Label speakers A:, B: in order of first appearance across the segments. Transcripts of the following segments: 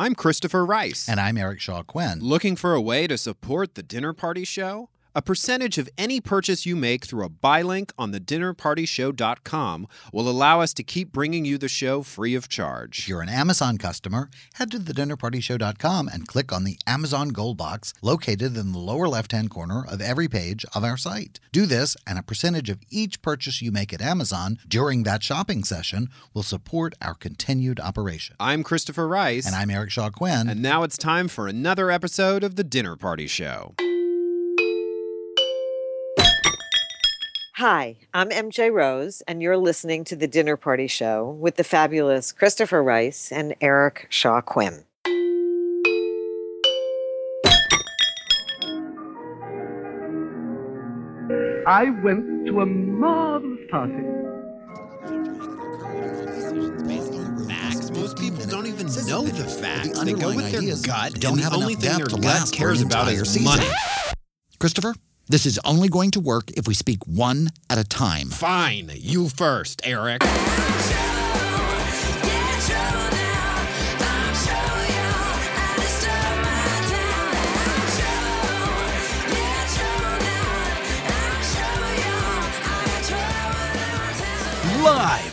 A: I'm Christopher Rice.
B: And I'm Eric Shaw Quinn.
A: Looking for a way to support the Dinner Party Show? A percentage of any purchase you make through a buy link on thedinnerpartyshow.com will allow us to keep bringing you the show free of charge.
B: If you're an Amazon customer, head to thedinnerpartyshow.com and click on the Amazon Gold box located in the lower left hand corner of every page of our site. Do this, and a percentage of each purchase you make at Amazon during that shopping session will support our continued operation.
A: I'm Christopher Rice.
B: And I'm Eric Shaw Quinn.
A: And now it's time for another episode of The Dinner Party Show.
C: Hi, I'm MJ Rose, and you're listening to The Dinner Party Show with the fabulous Christopher Rice and Eric Shaw Quinn.
D: I went to a marvelous party.
A: Facts. Most people don't even
B: Says
A: know
B: that
A: the facts.
B: the
A: They go
B: underlying
A: with their
B: ideas
A: gut,
B: don't
A: and the
B: have enough
A: only thing
B: depth
A: their
B: to
A: gut
B: last for
A: cares
B: an
A: about
B: entire
A: is
B: season.
A: money.
B: Christopher, this is only going to work if we speak one at a time.
A: Fine, you first, Eric.
E: Live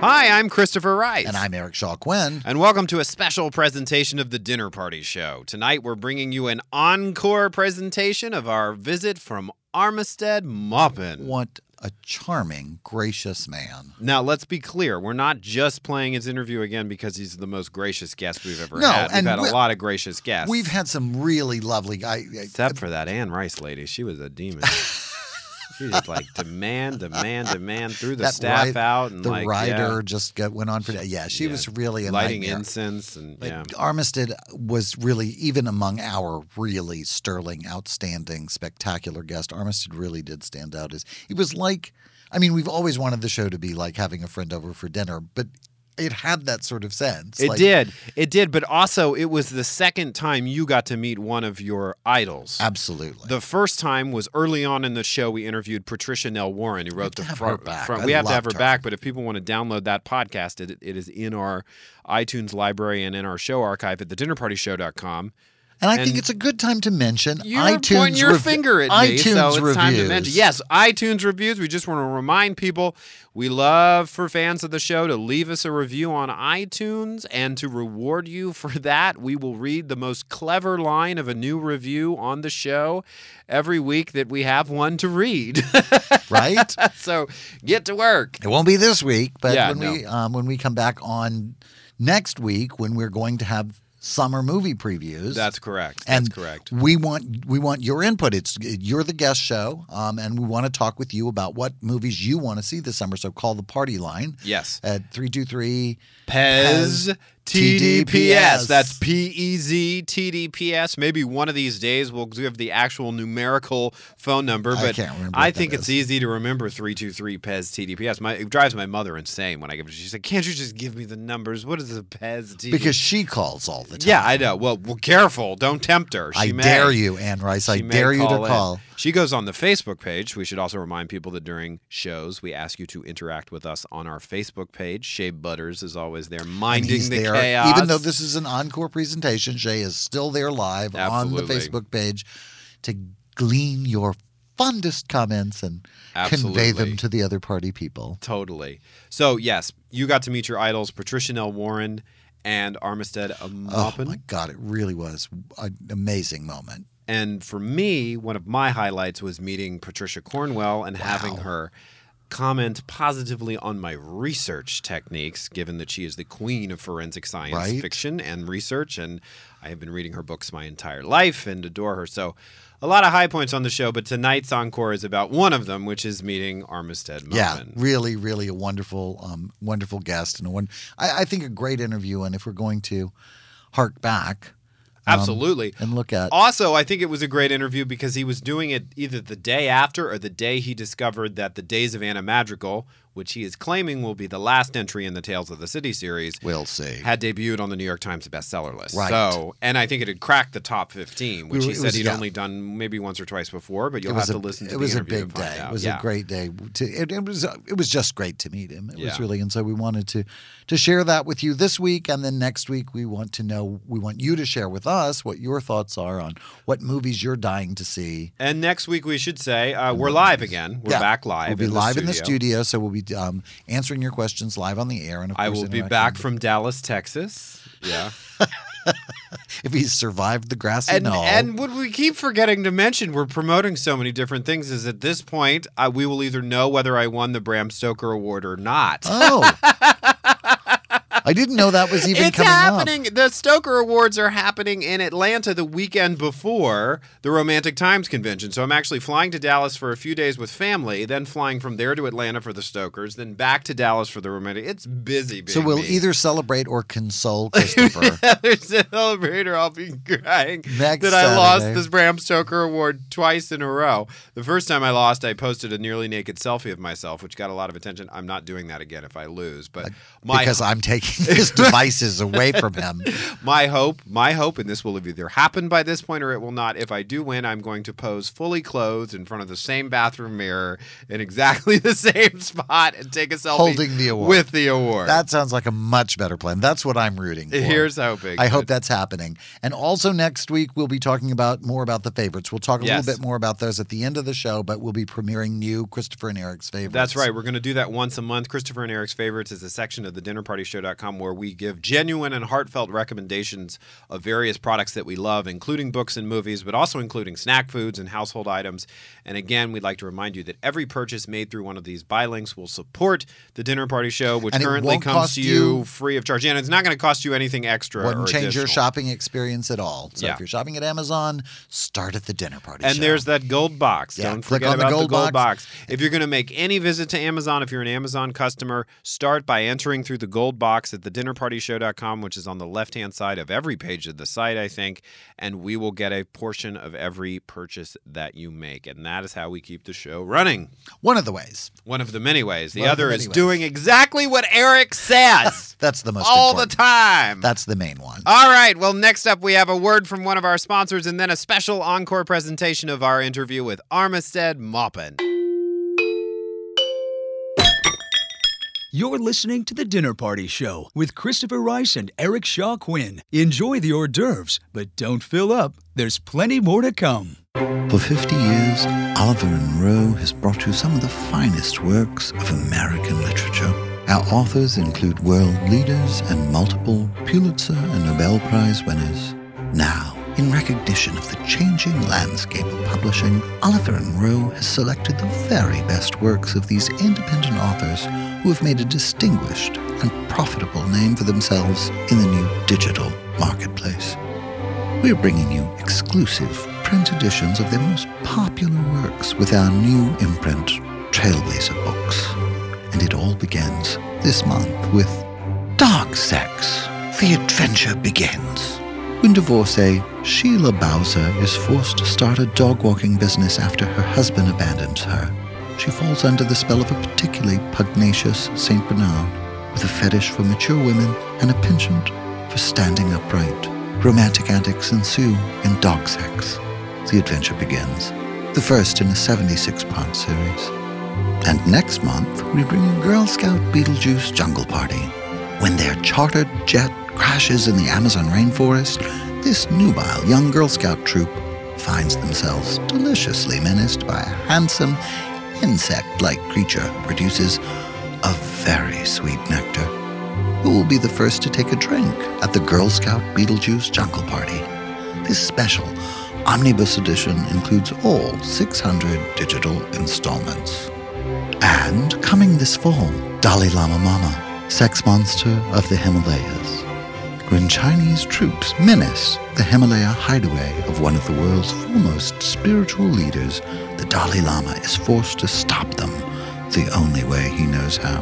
A: Hi, I'm Christopher Rice.
B: And I'm Eric Shaw Quinn.
A: And welcome to a special presentation of the Dinner Party Show. Tonight, we're bringing you an encore presentation of our visit from Armistead Maupin.
B: What a charming, gracious man.
A: Now, let's be clear. We're not just playing his interview again because he's the most gracious guest we've ever
B: No,
A: had. We've
B: and
A: had
B: we-
A: a lot of gracious guests.
B: We've had some really lovely. I, I-
A: Except for that Anne Rice lady. She was a demon. she just like demand, demand, demand, threw the
B: that
A: staff
B: ri-
A: out. and
B: the
A: like,
B: rider
A: yeah,
B: just got, went on for. Yeah, she
A: Yeah.
B: was really a
A: lighting
B: nightmare.
A: incense. and
B: But
A: yeah.
B: Armistead was really, even among our really sterling, outstanding, spectacular guest, Armistead really did stand out. As he was like, I mean, we've always wanted the show to be like having a friend over for dinner, but it had that sort of sense.
A: It
B: like,
A: did. It did. But also, it was the second time you got to meet one of your idols.
B: absolutely.
A: The first time was early on in the show. We interviewed Patricia Nell Warren, who wrote
B: to
A: the
B: have
A: front.
B: her back.
A: front-
B: I
A: we have to have her
B: loved her.
A: back. But if people want to download that podcast, it, it is in our iTunes library and in our show archive at thedinnerpartyshow.com.
B: and I think
A: and-
B: it's a good time to mention
A: You're
B: iTunes.
A: pointing your
B: rev-
A: finger at
B: iTunes
A: me, so it's
B: reviews.
A: time to mention. Yes, iTunes reviews. We just want to remind people we love for fans of the show to leave us a review on iTunes, and to reward you for that, we will read the most clever line of a new review on the show every week that we have one to read.
B: right.
A: so get to work.
B: It won't be this week, but
A: Yeah,
B: when we um, when we come back on next week, when we're going to have summer movie previews.
A: That's correct. That's
B: and
A: correct.
B: We want we want your input. It's you're the guest show, um, and we want to talk with you about what movies you want to see this summer. So call the party line
A: Yes.
B: at 323
A: Pez TDPS. That's
F: TDPS.
A: P E Z T D P S. Maybe one of these days we'll give the actual numerical phone number,
F: I
A: but
F: can't remember
A: I
F: what that
A: think it's
F: is.
A: easy to remember 323 PEZ TDPS. My, it drives my mother insane when I give it. She said, Can't you just give me the E numbers? What is a PEZ TDPS?
B: Because she calls all the time.
A: yeah, I know. Well, well, careful. Don't tempt her. She
B: I
A: may.
B: dare you, Anne Rice. I
A: She may
B: dare you to
A: in.
B: call.
A: She goes on the Facebook page. We should also remind people that during shows, we ask you to interact with us on our Facebook page. Shea Butters is always there,
B: And
A: minding
B: he's
A: the
B: there.
A: chaos.
B: Even though this is an encore presentation, Shay is still there live on the
A: Absolutely.
B: Facebook page to glean your fondest comments and convey
A: Absolutely.
B: them to the other party people.
A: Totally. So yes, you got to meet your idols, Patricia Nell Warren and Armistead
B: Oh
A: Maupin.
B: my God, it really was an amazing moment.
A: and for me, one of my highlights was meeting Patricia Cornwell and having her comment positively on my research techniques, given that she is the queen of forensic science
B: Right.
A: fiction and research. And I have been reading her books my entire life and adore her. So a lot of high points on the show, but tonight's encore is about one of them, which is meeting Armistead Maupin.
B: Yeah, really, really a wonderful, um, wonderful guest and a one. I, I think a great interview. And if we're going to hark back um,
A: Absolutely.
B: and look at
A: Also, I think it was a great interview because he was doing it either the day after or the day he discovered that the Days of Anna Madrigal, which he is claiming will be the last entry in the Tales of the City series,
B: we'll see.
A: had debuted on the New York Times bestseller list.
B: Right.
A: So, and I think it had cracked the top 15, which
B: It
A: he
B: was-
A: said he'd
B: yeah.
A: only done maybe once or twice before, but you'll
B: was
A: have to
B: a-
A: listen to
B: it
A: the
B: was a
A: interview to
B: big
A: find
B: day.
A: out.
B: It was
A: Yeah.
B: a great day. To, it, it was uh, it was just great to meet him. It
A: Yeah.
B: was really and so we wanted to to share that with you this week and then next week we want to know we want you to share with us what your thoughts are on what movies you're dying to see.
A: And next week, we should say, uh, we're live again. We're
B: Yeah.
A: back live.
B: We'll be
A: in
B: live in the studio, so we'll be um, answering your questions live on the air. And of
A: I
B: course,
A: will be
B: interacting
A: back
B: with-
A: from Dallas, Texas. Yeah.
B: if he's survived the grassy
A: and,
B: knoll.
A: and what we keep forgetting to mention, we're promoting so many different things, is at this point, I, we will either know whether I won the Bram Stoker Award or not.
B: oh, I didn't know that was even
A: it's
B: coming
A: happening. The Stoker Awards are happening in Atlanta the weekend before the Romantic Times convention. So I'm actually flying to Dallas for a few days with family, then flying from there to Atlanta for the Stokers, then back to Dallas for the Romantic. It's busy.
B: up. So
A: being
B: we'll
A: me.
B: either celebrate or console Christopher.
A: celebrate or I'll be crying
B: Next
A: that I lost
B: Saturday.
A: this Bram Stoker award twice in a row. The first time I lost, I posted a nearly naked selfie of myself, which got a lot of attention. I'm not doing that again if I lose, but my
B: because I'm taking his devices away from him.
A: my hope, my hope, and this will have either happened by this point or it will not. If I do win, I'm going to pose fully clothed in front of the same bathroom mirror in exactly the same spot and take a selfie
B: Holding the award.
A: with the award.
B: That sounds like a much better plan. That's what I'm rooting for.
A: Here's hoping.
B: I hope that's happening. And also next week we'll be talking about more about the favorites. We'll talk a
A: Yes.
B: little bit more about those at the end of the show, but we'll be premiering new Christopher and Eric's favorites.
A: That's right. We're going to do that once a month. Christopher and Eric's Favorites is a section of the dinnerpartyshow.com where we give genuine and heartfelt recommendations of various products that we love, including books and movies, but also including snack foods and household items. And again, we'd like to remind you that every purchase made through one of these buy links will support the Dinner Party Show, which
B: And it
A: currently
B: won't
A: comes
B: cost
A: to you,
B: you-
A: free of charge. And it's not going to cost you anything extra. or
B: Wouldn't change your
A: additional.
B: shopping experience at all. So
A: Yeah.
B: if you're shopping at Amazon, start at the dinner party.
A: And
B: show.
A: there's that gold box.
B: Yeah,
A: Don't
B: click
A: forget
B: on the
A: about the
B: gold
A: gold box.
B: box.
A: If you're going to make any visit to Amazon, if you're an Amazon customer, start by entering through the gold box at thedinnerpartyshow.com, which is on the left hand side of every page of the site, I think. And we will get a portion of every purchase that you make. And that is how we keep the show running.
B: one of the ways.
A: One of the many ways. The
B: One of the
A: other
B: many
A: is
B: ways.
A: doing exactly what Eric says
B: That's the most
A: all
B: important.
A: the time.
B: That's the main one.
A: All right. Well, next up, we have a word from one of our sponsors and then a special encore presentation of our interview with Armistead Maupin.
E: You're listening to The Dinner Party Show with Christopher Rice and Eric Shaw Quinn. Enjoy the hors d'oeuvres, but don't fill up. There's plenty more to come.
G: For 50 years, Oliver and Rowe has brought you some of the finest works of American literature. Our authors include world leaders and multiple Pulitzer and Nobel Prize winners. Now, in recognition of the changing landscape of publishing, Oliver and Rowe has selected the very best works of these independent authors who have made a distinguished and profitable name for themselves in the new digital marketplace. We're bringing you exclusive print editions of their most popular works with our new imprint, Trailblazer Books. And it all begins this month with Dark Sex
B: The adventure begins. When divorcee Sheila Bowser is forced to start a dog walking business after her husband abandons her, she falls under the spell of a particularly pugnacious St. Bernard with a fetish for mature women and a penchant for standing upright. Romantic antics ensue and dog sex. The adventure begins. The first in a 76 part series. And next month, we bring you Girl Scout Beetlejuice Jungle Party. When their chartered jet crashes in the Amazon rainforest, this nubile young Girl Scout troop finds themselves deliciously menaced by a handsome, insect like creature who produces a very sweet nectar. Who will be the first to take a drink at the Girl Scout Beetlejuice Jungle Party? This special omnibus edition includes all 600 digital installments. And coming this fall, Dalai Lama Mama, sex monster of the Himalayas. When Chinese troops menace the Himalaya hideaway of one of the world's foremost spiritual leaders, the Dalai Lama is forced to stop them the only way he knows how.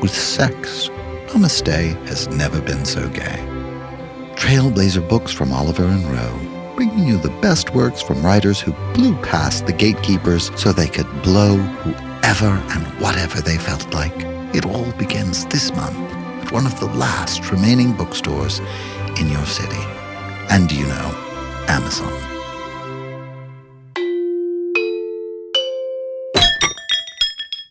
B: With sex, Namaste has never been so gay. Trailblazer books from Oliver and Rowe, bringing you the best works from writers who blew past the gatekeepers so they could blow whoever and whatever they felt like. It all begins this month at one of the last remaining bookstores in your city. And you know, Amazon.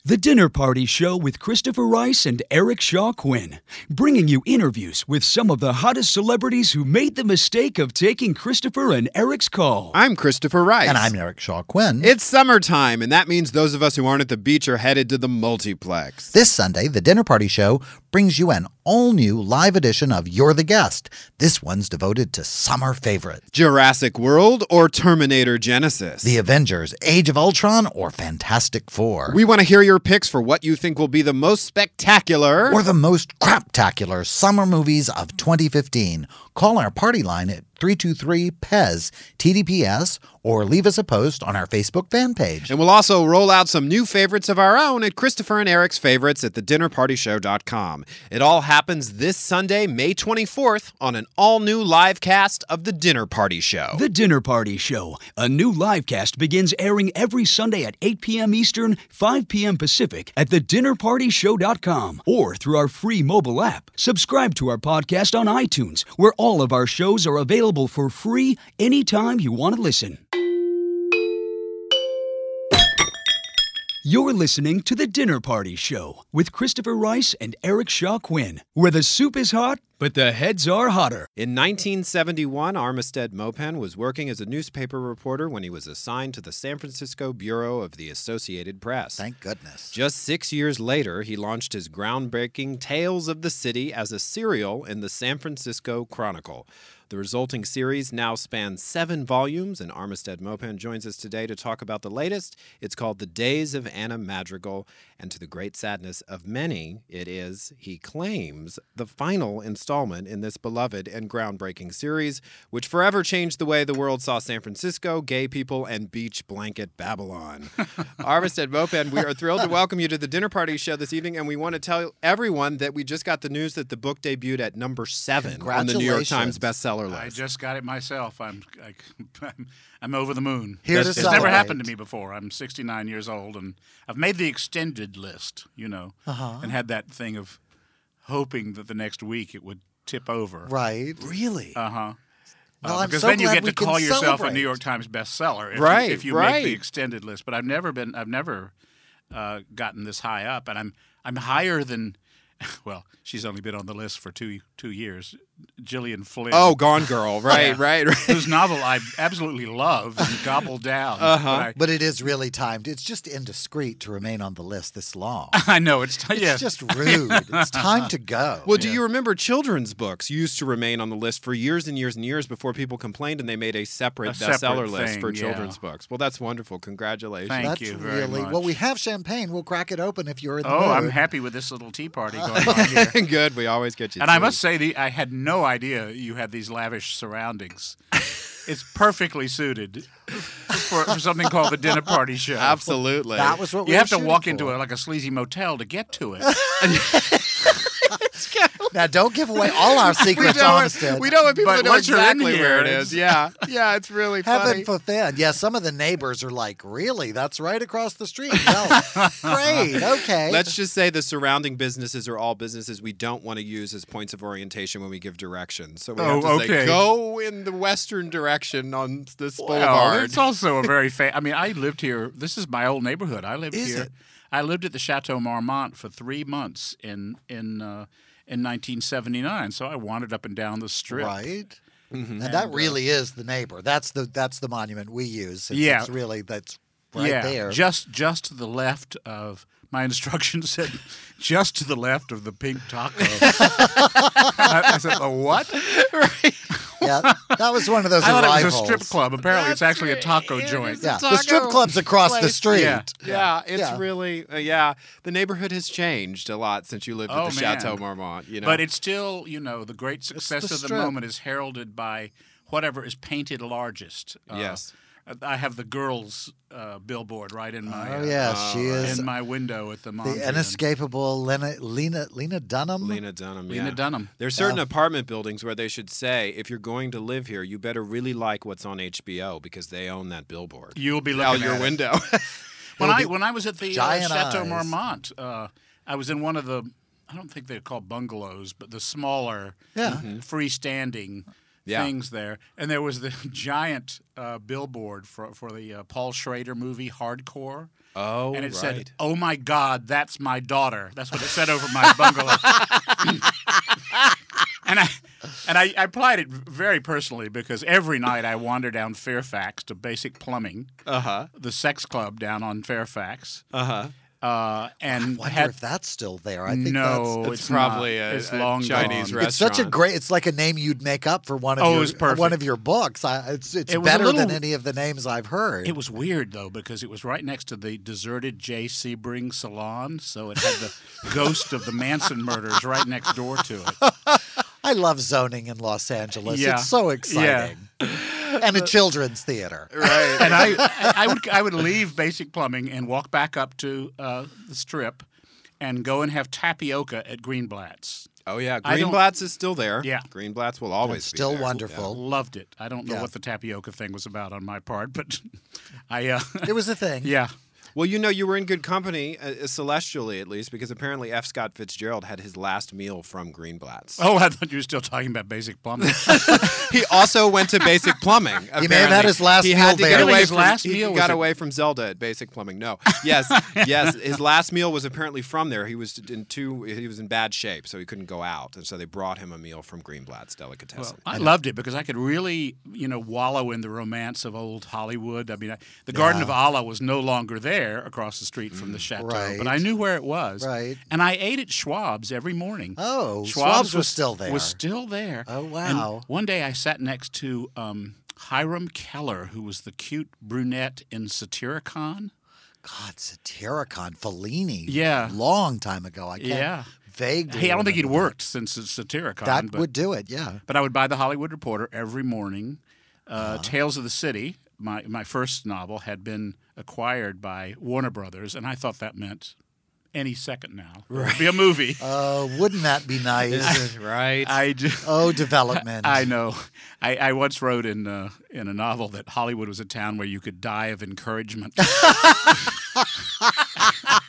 E: The Dinner Party Show with Christopher Rice and Eric Shaw Quinn, bringing you interviews with some of the hottest celebrities who made the mistake of taking Christopher and Eric's call.
A: I'm Christopher Rice.
H: And I'm Eric Shaw Quinn.
A: It's summertime, and that means those of us who aren't at the beach are headed to the multiplex.
H: This Sunday, The Dinner Party Show brings you an all new live edition of You're the Guest. This one's devoted to summer favorites
A: Jurassic World or Terminator Genesis?
H: The Avengers, Age of Ultron, or Fantastic Four.
A: we want to hear your picks for what you think will be the most spectacular.
H: or the most craptacular summer movies of 2015. Call our party line at 323 PEZ TDPS or leave us a post on our Facebook fan page.
A: and we'll also roll out some new favorites of our own at Christopher and Eric's favorites at thedinnerpartyshow.com. It all happens this Sunday, May 24th, on an all new live cast of The Dinner Party Show.
E: The Dinner Party Show, a new live cast begins airing every Sunday at 8 p.m. Eastern, 5 p.m. Pacific at thedinnerpartyshow.com or through our free mobile app. Subscribe to our podcast on iTunes, where all of our shows are available for free anytime you want to listen. You're listening to The Dinner Party Show with Christopher Rice and Eric Shaw Quinn, where the soup is hot, but the heads are hotter.
A: In 1971, Armistead Mopen was working as a newspaper reporter when he was assigned to the San Francisco Bureau of the Associated Press.
H: Thank goodness.
A: Just six years later, he launched his groundbreaking Tales of the City as a serial in the San Francisco Chronicle. The resulting series now spans seven volumes, and Armistead Mopan joins us today to talk about the latest. It's called The Days of Anna Madrigal, and to the great sadness of many, it is, he claims, the final installment in this beloved and groundbreaking series, which forever changed the way the world saw San Francisco, gay people, and beach blanket Babylon. Armistead Mopan, we are thrilled to welcome you to the dinner party show this evening, and we want to tell everyone that we just got the news that the book debuted at number seven on the New York Times bestseller list.
I: I just got it myself. I'm I, I'm, I'm over the moon.
H: Here to
I: it's never
H: celebrate.
I: happened to me before. I'm 69 years old, and I've made the extended list, you know,
H: Uh-huh.
I: and had that thing of hoping that the next week it would tip over.
H: Right.
E: Really?
I: Uh huh.
H: Well,
I: uh,
H: I'm
I: because
H: so
I: then you
H: glad
I: get
H: we
I: to
H: can
I: call yourself a
H: celebrate.
I: New York Times bestseller if
A: Right,
I: you, if you make
A: right.
I: the extended list. But I've never been, I've never uh, gotten this high up, and I'm, I'm higher than, well, she's only been on the list for two, two years, Gillian Flynn.
A: Oh, Gone Girl, right, right, right.
I: whose novel I absolutely love and gobbled down. Uh-huh.
H: But it is really timed. It's just indiscreet to remain on the list this long.
I: I, I know it's t-
H: It's
I: yeah.
H: just rude. It's time to go.
A: Well, do you remember children's books used to remain on the list for years and years and years before people complained and they made a separate
I: A
A: bestseller
I: separate
A: list
I: thing,
A: for
I: yeah.
A: children's books? Well, that's wonderful. Congratulations.
I: Thank
H: That's
I: you very
H: really
I: much.
H: well. We have champagne. We'll crack it open if you're in the
I: oh, I'm
H: mood.
I: happy with this little tea party going on here.
A: Good. We always get you.
I: And I
A: too.
I: must say, the, I had no idea you had these lavish surroundings. it's perfectly suited for, for something called the dinner party show.
A: Absolutely.
H: That was what we
I: You
H: were
I: have to
H: shooting
I: walk
H: for.
I: into a, like a sleazy motel to get to it.
B: Now, don't give away all our secrets, honestly.
A: we know what people
I: But
A: know
I: once you're in
A: exactly where it
I: here,
A: is. Yeah, yeah, it's really funny.
B: Heaven forbid. Yeah, some of the neighbors are like, really? That's right across the street. Well, great. Okay.
A: Let's just say the surrounding businesses are all businesses we don't want to use as points of orientation when we give directions. So we have to
I: Oh,
A: say,
I: okay.
A: go in the western direction on this
I: Well,
A: boulevard.
I: it's also a very fa I mean, I lived here. This is my old neighborhood. I lived
B: Is
I: here.
B: it?
I: I lived at the Chateau Marmont for three months in in uh, in 1979. So I wandered up and down the strip.
B: right.
I: Mm-hmm.
B: And,
I: uh,
B: that really is the neighbor. That's the that's the monument we use. It's,
I: Yeah.
B: it's really that's right
I: yeah,
B: there.
I: just just to the left of my instructions said, just to the left of the pink taco. I, I said, "A what?"
B: yeah, that was one of those
I: I thought
B: arrivals.
I: it was a strip club. Apparently, it's actually a taco joint.
B: Yeah, the strip club's across the
A: place.
B: street.
I: Yeah.
A: Yeah, it's
B: Yeah.
A: really uh, yeah. The neighborhood has changed a lot since you lived
I: Oh,
A: at the
I: man.
A: Chateau Marmont. You know,
I: But it's still, you know, the great success
B: the
I: of the
B: strip.
I: moment is heralded by whatever is painted largest. Uh,
A: Yes.
I: I have the girls uh, billboard right in my
B: Oh
I: uh,
B: yeah, she is
I: in my window at the moment.
B: the inescapable Lena Lena Lena Dunham.
A: Lena Dunham.
I: Lena
A: yeah.
I: Dunham.
A: There's certain apartment buildings where they should say, if you're going to live here, you better really like what's on HBO because they own that billboard.
I: You'll be
A: out
I: looking
A: your
I: at it.
A: window.
I: When I when I was at the uh,
B: giant
I: Chateau
B: eyes.
I: Marmont, uh, I was in one of the I don't think they're called bungalows, but the smaller
B: Yeah.
I: freestanding
A: Mm-hmm. Yeah.
I: things there, and there was the giant uh, billboard for for the uh, Paul Schrader movie Hardcore.
A: oh,
I: and it
A: right.
I: said, "Oh my God, that's my daughter." That's what it said over my bungalow. and I and I, I applied it very personally because every night I wander down Fairfax to Basic Plumbing,
A: uh huh,
I: the sex club down on Fairfax,
A: uh huh.
I: uh, and
B: Wonder
I: had
B: if that's still there. I think
I: no,
A: It's,
I: "Oh, it's
A: probably
I: not.
A: a,
I: it's
A: a
I: long
A: Chinese restaurant.
I: gone.
B: that's it's such a great. It's like a name you'd make up for one of
I: Oh, it
B: your
I: was perfect.
B: one of your books. I, it's it's
I: It was a
B: better than
I: little-
B: any of the names I've heard.
I: It was weird though because it was right next to the deserted J. Sebring Salon, so it had the ghost of the Manson murders right next door to it.
B: I love zoning in Los Angeles.
I: Yeah.
B: It's so exciting. and a children's theater.
A: right.
I: and I, I would, I would leave basic plumbing and walk back up to uh, the strip, and go and have tapioca at Greenblatt's.
A: Oh yeah,
I: I don't-
A: Greenblatt's is still there.
I: Yeah.
A: Greenblatt's will always be
B: Still
A: there.
B: wonderful.
I: Loved it. I don't know
B: Yeah.
I: what the tapioca thing was about on my part, but I, uh,
B: It was a thing.
I: yeah,
A: Well, you know, you were in good company, uh, uh, celestially at least, because apparently F. Scott Fitzgerald had his last meal from Greenblatt's.
I: Oh, I thought you were still talking about basic plumbing.
A: He also went to Basic Plumbing.
B: He may have had
A: apparently.
B: his last
A: he
B: meal
A: had to
B: there.
A: Get
I: Really,
A: away
I: his
A: from,
I: last
A: he
I: meal was
A: got
I: at-
A: away from Zelda at Basic Plumbing. No. Yes. yes. His last meal was apparently from there. He was in two. He was in bad shape, so he couldn't go out, and so they brought him a meal from Greenblatt's delicatessen.
I: I loved it because I could really, you know, wallow in the romance of old Hollywood. I mean, I, the Garden of Allah was no longer there across the street from the chateau,
B: Mm, Right.
I: but I knew where it was.
B: Right.
I: And I ate at Schwab's every morning.
B: Oh, Schwab's was still there.
I: Was still there.
B: Oh,
I: And
B: wow.
I: one day I sat next to um, Hiram Keller, who was the cute brunette in Satyricon.
B: God, Satyricon, Fellini.
I: Yeah.
B: Long time ago. I can't
I: Yeah.
B: vaguely.
I: Hey, I don't think he'd
B: remember.
I: worked since it's Satyricon.
B: That
I: but-
B: would do it, yeah.
I: But I would buy the Hollywood Reporter every morning. Uh,
B: Uh-huh.
I: Tales of the City, my, my first novel, had been acquired by Warner Brothers, and I thought that meant any second now. It would be a movie.
B: Uh, wouldn't that be nice?
A: right.
I: I, ju-
B: oh, development.
I: I know. I, I once wrote in, uh, in a novel that Hollywood was a town where you could die of encouragement.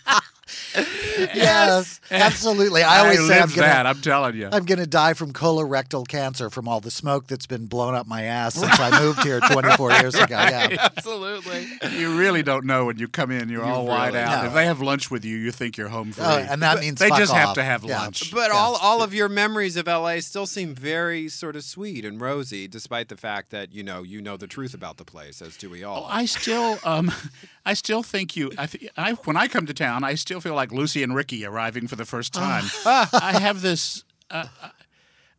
B: Yes, absolutely. I
I: I
B: always say I'm
I: lived
B: gonna,
I: that, I'm telling you.
B: I'm gonna die from colorectal cancer from all the smoke that's been blown up my ass since I moved here 24 years ago. Yeah,
A: Absolutely.
I: you really don't know when you come in. You're all wide
A: really
I: out.
B: don't.
I: If they have lunch with you, you think you're home free.
B: Oh, and that means
I: they
B: fuck
I: just
B: off.
I: have to have
B: Yeah.
I: lunch.
A: But all, all of your memories of LA still seem very sort of sweet and rosy, despite the fact that you know you know the truth about the place, as do we all.
I: Oh, I still, um, I still think you. I, th- I when I come to town, I still feel like Lucy and Ricky arriving for the first time. I have this. Uh, uh,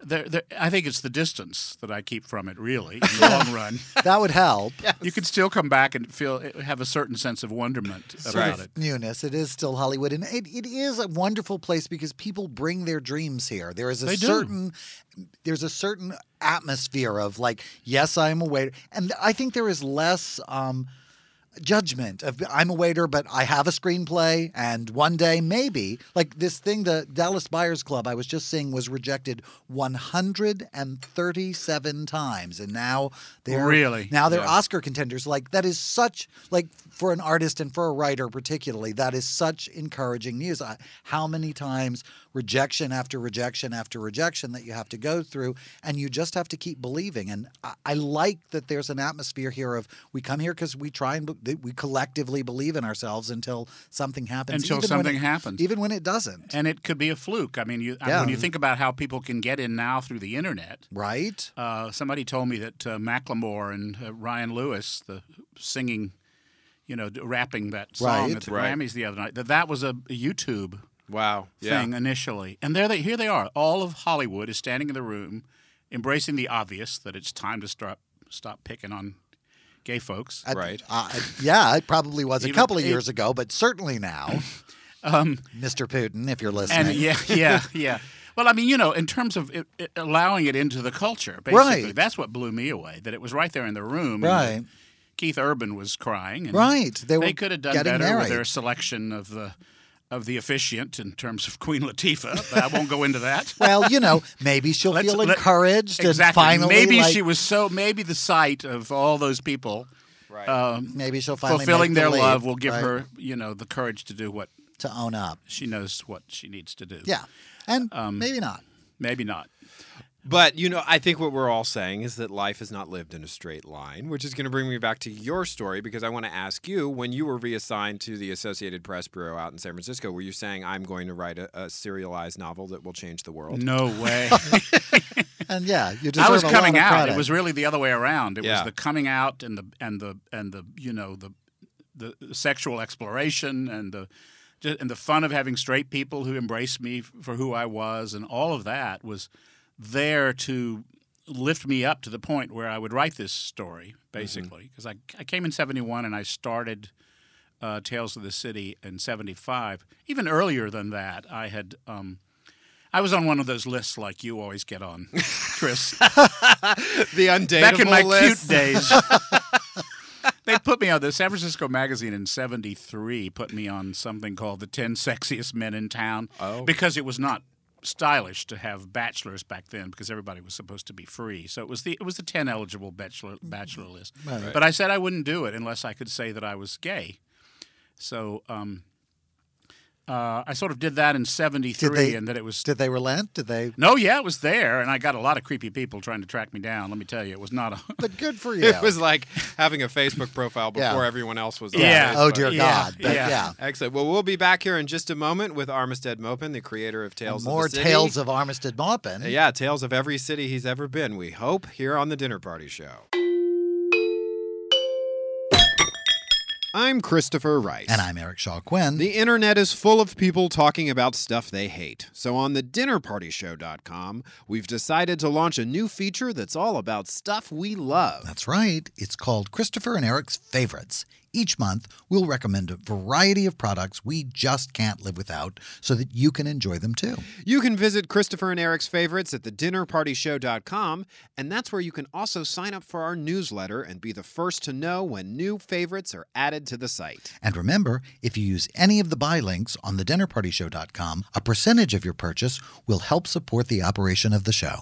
I: there, there, I think it's the distance that I keep from it. Really, in the long run,
B: that would help.
I: you can still come back and feel have a certain sense of wonderment about
A: Right.
I: it.
B: newness. It is still Hollywood, and it, it is a wonderful place because people bring their dreams here. There is a
I: They do.
B: certain there's a certain atmosphere of like, yes, I am a waiter, and I think there is less. Um, judgment of I'm a waiter, but I have a screenplay, and one day maybe like this thing, the Dallas Buyers Club I was just seeing was rejected 137 times, and now they're
I: Really?
B: now they're
I: Yeah.
B: Oscar contenders. Like that is such like for an artist and for a writer particularly, that is such encouraging news. I, how many times rejection after rejection after rejection that you have to go through, and you just have to keep believing. And I, I like that there's an atmosphere here of we come here because we try and be- that we collectively believe in ourselves until something happens. even
I: Until
B: when
I: something
B: it-
I: happens.
B: even when it doesn't.
I: and it could be a fluke. I mean, you, I-
B: Yeah.
I: when you think about how people can get in now through the internet,
B: Right?
I: uh, somebody told me that uh, Macklemore and uh, Ryan Lewis, the singing, you know, d- rapping that song
B: Right.
I: at the
A: Right.
I: Grammys the other night, that that was a YouTube
A: Wow. Yeah.
I: thing initially. And there they, here they are. All of Hollywood is standing in the room, embracing the obvious that it's time to stop stop picking on gay folks.
B: I-
A: Right.
B: I- yeah, it probably was a
I: Even-
B: couple of
I: it-
B: years ago, but certainly now. Mr. Putin, if you're listening.
I: Um, and yeah, yeah, yeah. Well, I mean, you know, in terms of it, it- allowing it into the culture, basically,
B: Right.
I: that's what blew me away. That it was right there in the room. and
B: Right.
I: Keith Urban was crying. And
B: Right. They
I: They,
B: were
I: could have done
B: getting
I: better
B: married.
I: with their selection of the of the officiant in terms of Queen Latifah, but I won't go into that.
B: well, you know, maybe she'll
I: Let's-
B: feel
I: let-
B: encouraged and
I: exactly.
B: finally,
I: maybe
B: like,
I: she was so. Maybe the sight of all those people
A: Right.
I: um,
B: maybe she'll finally make
I: fulfilling
B: the
I: their
B: leap,
I: love will give
B: right,
I: her, you know, the courage to do what
B: to own up.
I: she knows what she needs to do.
B: Yeah, and
I: Um,
B: maybe not.
I: maybe not.
A: But you know, I think what we're all saying is that life is not lived in a straight line, which is going to bring me back to your story because I want to ask you when you were reassigned to the Associated Press bureau out in San Francisco, were you saying I'm going to write a, a serialized novel that will change the world?
I: No way.
B: And yeah, you deserve
I: I was
B: a lot
I: coming
B: of
I: out.
B: credit.
I: It was really the other way around. It
A: Yeah.
I: was the coming out and the and the and the you know the the sexual exploration and the ju- and the fun of having straight people who embraced me f- for who I was and all of that was there to lift me up to the point where I would write this story
B: Mm-hmm.
I: basically because I I came in 71 and I started uh, Tales of the City in 75. Even earlier than that, I had um, I was on one of those lists like you always get on, Chris
A: the undateable
I: back in my
A: list.
I: cute days. they put me on the San Francisco Magazine in '73. Put me on something called the Ten Sexiest Men in Town
A: Oh.
I: because it was not stylish to have bachelors back then because everybody was supposed to be free. So it was the it was the ten eligible bachelor bachelor list. But I said I wouldn't do it unless I could say that I was gay. So. Um, uh, I sort of did that in '73,
B: they-
I: and that it was
B: Did they relent? Did they?
I: no, yeah, it was there, and I got a lot of creepy people trying to track me down. Let me tell you, it was not a
B: But good for you.
A: It was like having a Facebook profile
B: Yeah.
A: before everyone else was.
I: Yeah.
A: On
B: oh
A: Facebook.
B: dear
I: Yeah,
B: God. But yeah,
I: yeah.
A: Excellent. Well, we'll be back here in just a moment with Armistead Maupin, the creator of Tales
B: more
A: of the City.
B: tales of Armistead Maupin.
A: Uh, Yeah, tales of every city he's ever been, we hope, here on the Dinner Party Show. I'm Christopher Rice.
B: And I'm Eric Shaw Quinn.
A: The internet is full of people talking about stuff they hate. So on the dinnerpartyshow.com, we've decided to launch a new feature that's all about stuff we love.
B: That's right. It's called Christopher and Eric's Favorites. Each month, we'll recommend a variety of products we just can't live without so that you can enjoy them too.
A: You can visit Christopher and Eric's favorites at thedinnerpartyshow.com, and that's where you can also sign up for our newsletter and be the first to know when new favorites are added to the site.
B: And remember, if you use any of the buy links on thedinnerpartyshow.com, a percentage of your purchase will help support the operation of the show.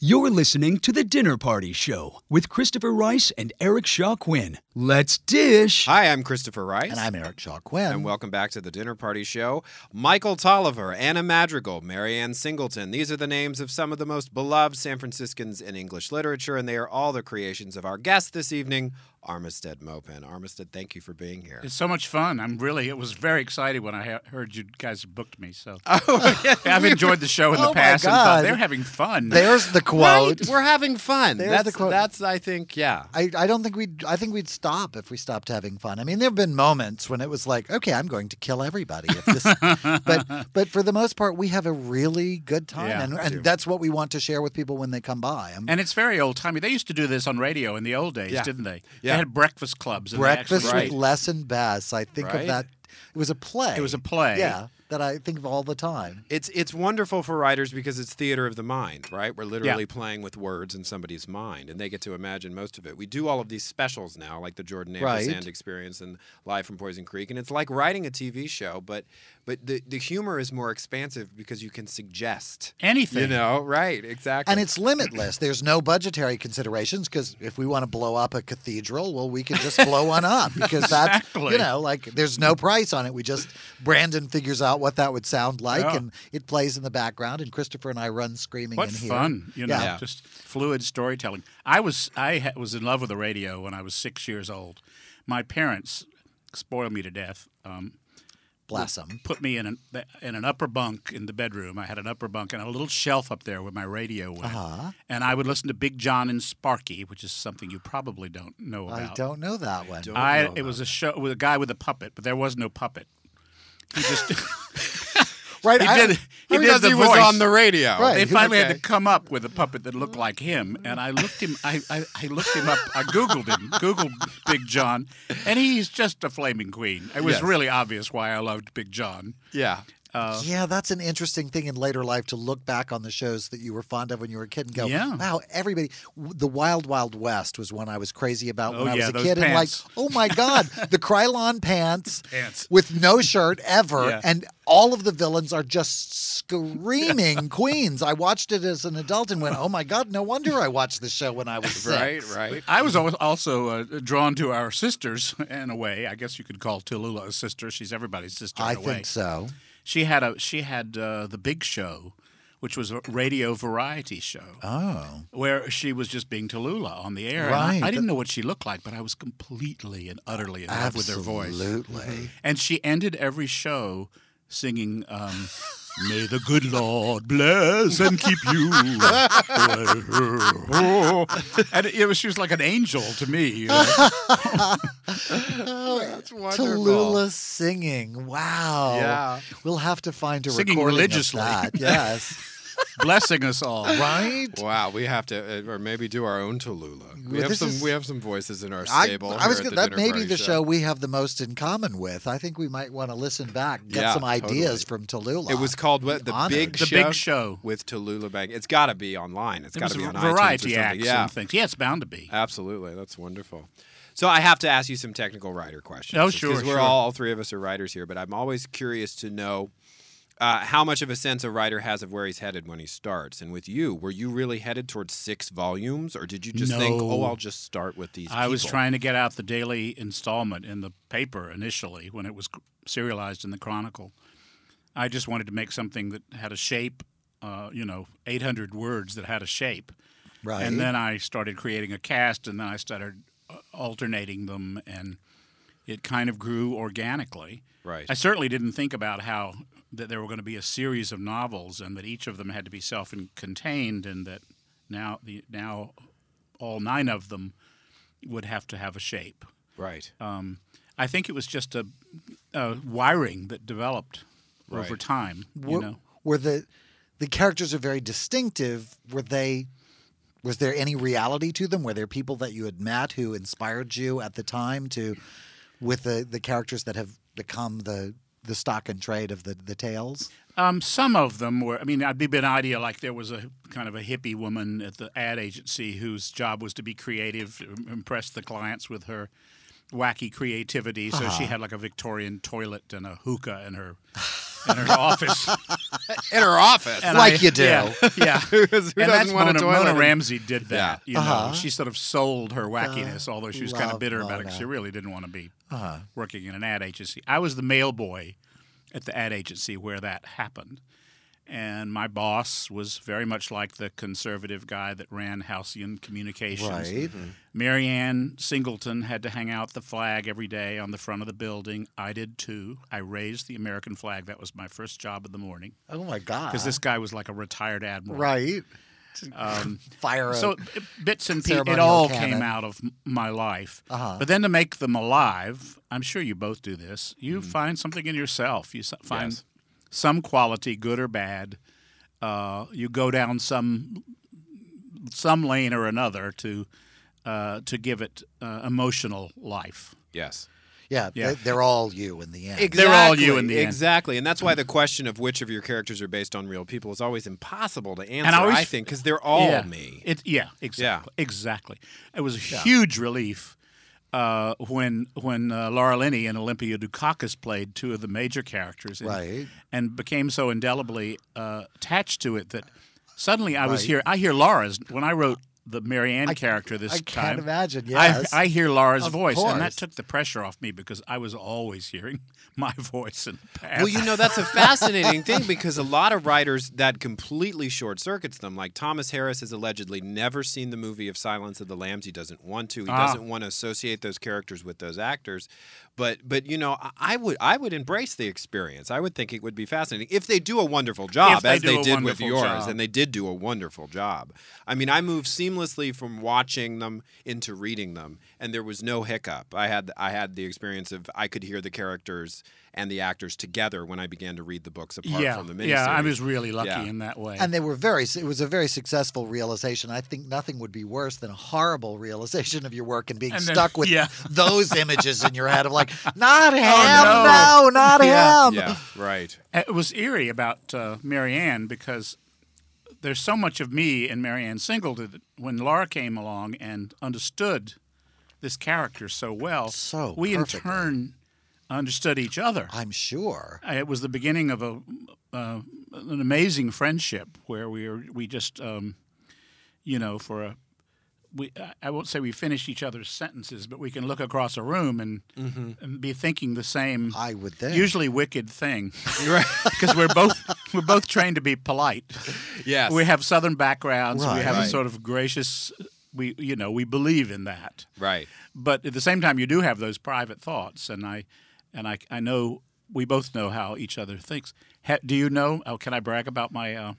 E: You're listening to The Dinner Party Show with Christopher Rice and Eric Shaw Quinn. Let's dish!
A: Hi, I'm Christopher Rice.
B: And I'm Eric Shaw Quinn.
A: And welcome back to the Dinner Party Show. Michael Tolliver, Anna Madrigal, Marianne Singleton. These are the names of some of the most beloved San Franciscans in English literature, and they are all the creations of our guest this evening, Armistead Mopen. Armistead, thank you for being here.
I: It's so much fun. I'm really. It was very exciting when I he- heard you guys booked me. So I've enjoyed the show in
B: Oh
I: the
B: my
I: past and thought
B: God.
I: they're having fun.
B: There's the quote.
A: Right, we're having fun.
B: There's
A: that's
B: the quote.
A: that's I think yeah.
B: I, I don't think we'd I think we'd stop if we stopped having fun. I mean, there have been moments when it was like, okay, I'm going to kill everybody if this but but for the most part we have a really good time.
I: Yeah,
B: and
I: I do.
B: and that's what we want to share with people when they come by. I'm
I: and it's very old timey. They used to do this on radio in the old days,
A: Yeah.
I: didn't they?
A: Yeah.
I: They had breakfast clubs. And they
B: Breakfast
I: actually-
A: Right.
B: with Les and Bess. I think
A: Right.
B: of that it was a play.
I: It was a play.
B: Yeah. That I think of all the time.
A: It's it's wonderful for writers because it's theater of the mind, right? We're literally playing with words in somebody's mind, and they get to imagine most of it. We do all of these specials now, like the Jordan
B: Right.
A: Ampersand Experience and Live from Poison Creek, and it's like writing a TV show, but but the the humor is more expansive because you can suggest
I: Anything.
A: You know, right? Exactly.
B: And it's limitless. There's no budgetary considerations because if we want to blow up a cathedral, well, we can just blow one up because that's
I: Exactly.
B: you know like there's no price on it. We just Brandon figures out what that would sound like,
I: Yeah.
B: and it plays in the background, and Christopher and I run screaming
I: What
B: in here.
I: fun, you know,
B: Yeah.
A: Yeah.
I: just fluid storytelling. I was I ha- was in love with the radio when I was six years old. My parents spoiled me to death. Um,
B: Bless them.
I: put me in an in an upper bunk in the bedroom. I had an upper bunk and a little shelf up there where my radio went,
B: Uh-huh.
I: and I would listen to Big John and Sparky, which is something you probably don't know about.
B: I don't know that one.
I: I- it was a show with a guy with a puppet, but there was no puppet. He just
B: Right?
I: he
B: I-
I: did he
A: because
I: did the
A: he
I: voice.
A: was on the radio.
B: Right.
I: They finally had
B: okay.
I: to come up with a puppet that looked like him, and I looked him. I, I, I looked him up. I googled him. Googled Big John, and he's just a flaming queen. It was
A: Yes.
I: really obvious why I loved Big John.
A: Yeah.
B: yeah, that's an interesting thing in later life to look back on the shows that you were fond of when you were a kid and go,
I: Yeah.
B: wow, everybody. w- The Wild Wild West was one I was crazy about
I: Oh,
B: when I was
I: yeah,
B: a
I: those
B: kid. And like,
I: pants.
B: oh my God, the Krylon pants,
I: Pants.
B: with no shirt ever.
I: Yeah.
B: And all of the villains are just screaming queens. I watched it as an adult and went, oh my God, no wonder I watched the show when I was six.
A: Right. Right.
I: I was al- also uh, drawn to our sisters in a way. I guess you could call Tallulah a sister. She's everybody's sister.
B: I
I: in a way.
B: think so.
I: She had a she had uh, the Big Show, which was a radio variety show.
B: Oh.
I: where she was just being Tallulah on the air. And
B: Right.
I: I, I didn't know what she looked like, but I was completely and utterly in love with her voice.
B: Absolutely.
I: And she ended every show singing. Um, May the good Lord bless and keep you. and it was, she was like an angel to me. you know.
A: That's wonderful.
B: Tallulah singing. Wow.
A: Yeah.
B: We'll have to find a
I: Singing
B: recording of
I: religiously.
B: that. Yes.
I: Blessing us all.
B: right?
A: Wow, we have to, uh, or maybe do our own Tallulah. We
B: Well,
A: have
B: this
A: some.
B: is-
A: We have some voices in our
B: I,
A: stable.
B: I was
A: here at the
B: gonna,
A: Dinner
B: that may
A: Party
B: be the show. we have the most in common with. I think we might want to listen back, get
A: Yeah,
B: some ideas
A: totally.
B: from Tallulah.
A: It was called what? The
B: Honored.
A: Big
I: The
A: Show.
I: Big Show.
A: with Tallulah Bank. It's got to be online. It's
I: It
A: got
I: was
A: to be on iTunes
I: variety
A: or something.
I: acts
A: Yeah, Uh,
I: and things. Yeah, it's bound to be.
A: absolutely. That's wonderful. So I have to ask you some technical writer questions.
I: Oh, sure,
A: Because we're
I: sure.
A: all, all three of us are writers here, but I'm always curious to know. Uh, how much of a sense a writer has of where he's headed when he starts? And with you, were you really headed towards six volumes, or did you just think,
I: No.
A: "Oh, I'll just start with these"?
I: I was
A: people?
I: trying to get out the daily installment in the paper initially when it was c- serialized in the Chronicle. I just wanted to make something that had a shape, uh, you know, 800 words that had a shape.
B: right.
I: And then I started creating a cast and then I started uh, alternating them and it kind of grew organically.
A: Right.
I: I certainly didn't think about how that there were going to be a series of novels and that each of them had to be self-contained and that now the now all nine of them would have to have a shape.
A: right.
I: Um, I think it was just a, a wiring that developed over
A: Right.
I: time.
B: were,
I: you know,
B: were the the characters are very distinctive. Were they? Was there any reality to them? Were there people that you had met who inspired you at the time to, with the the characters that have become the the stock and trade of the the tales?
I: um, some of them were. I mean, I'd be an idea like there was a kind of a hippie woman at the ad agency whose job was to be creative, im- impress the clients with her wacky creativity. So
B: Ah.
I: she had like a Victorian toilet and a hookah in her in her office.
A: In her office,
I: And
B: Like
I: I-
B: you do.
I: Yeah. yeah.
A: doesn't
I: and that's
A: want a
I: Mona,
A: toilet
I: Mona
A: in-
I: Ramsey did that. You know,
B: Uh-huh. Uh,
I: she sort of sold her wackiness, although she was kind
B: love Uh-huh.
I: of bitter about it.
B: Mona.
I: 'cause She really didn't want to be working in an ad agency. I was the mail boy at the ad agency where that happened. And my boss was very much like the conservative guy that ran Halcyon Communications.
F: Right.
B: Mm-hmm.
I: Marianne Singleton had to hang out the flag every day on the front of the building. I did too. I raised the American flag. That was my first job in the morning
F: Oh my God.
B: Uh-huh.
I: because this guy was like a retired admiral.
F: right
I: Um,
F: fire.
I: so
F: So
I: it- bits and pieces, it
F: ceremonial
I: all
F: cannon.
I: came out of m- my life.
F: Uh-huh.
I: But then to make them alive, I'm sure you both do this.
F: Mm.
I: You find something in yourself. You s- find
A: Yes.
I: some quality, good or bad. Uh, you go down some some lane or another to uh, to give it uh, emotional life.
A: Yes.
F: yeah,
I: yeah.
F: They, are all you in the end.
I: They're all you in the end.
A: Exactly. And that's why the question of which of your characters are based on real people is always impossible to answer,
I: always-
A: I think, because they're all
I: yeah.
A: me.
I: It, yeah, exactly. Exactly. It was a huge relief uh, when when uh, Laura Linney and Olympia Dukakis played two of the major characters, and,
F: Right.
I: and became so indelibly uh, attached to it that suddenly I was here. I hear Laura's when I wrote the Marianne character this
F: I
I: time.
F: can't imagine.
I: I,
F: Yes.
I: I hear Laura's
F: Of
I: voice, and that
F: course.
I: took the pressure off me because I was always hearing my voice in the past.
A: Well, you know, that's a fascinating thing because a lot of writers that completely short circuits them. Like Thomas Harris has allegedly never seen the movie of Silence of the Lambs. He doesn't want to. He
I: Ah.
A: doesn't want to associate those characters with those actors. But but you know, I, I would I would embrace the experience. I would think it would be fascinating if they do a wonderful job,
I: If they
A: as
I: do
A: they
I: a
A: did with
I: wonderful
A: yours,
I: job.
A: and they did do a wonderful job. I mean, I moved seamlessly from watching them into reading them, and there was no hiccup. I had I had the experience of I could hear the characters and the actors together when I began to read the books apart
I: yeah,
A: from the miniseries.
I: yeah, I was really lucky
A: Yeah.
I: in that way.
F: and they were very. It was a very successful realization. I think nothing would be worse than a horrible realization of your work and being
I: And then-
F: stuck with
I: yeah.
F: those images in your head of like, not him,
I: no.
F: no. not
I: Yeah.
F: him.
A: yeah, right.
I: Uh, It was eerie about uh, Marianne because there's so much of me in Marianne Singleton. that When Laura came along and understood this character so well,
F: So
I: we
F: perfectly.
I: in turn understood each other.
F: I'm sure.
I: it was the beginning of a uh, an amazing friendship where we were, we just um, you know for a we I- I won't say we finished each other's sentences, but we can look across a room and, and be thinking the same
F: Mm-hmm. I would think.
I: usually wicked thing because we're both we're both trained to be polite.
A: Yes.
I: We have southern backgrounds. we
F: Right.
I: have a
A: Right.
I: sort of gracious. We you know we believe in that,
A: right.
I: but at the same time you do have those private thoughts, and I and I I know we both know how each other thinks. Ha, do you know? Oh, can I brag about my uh,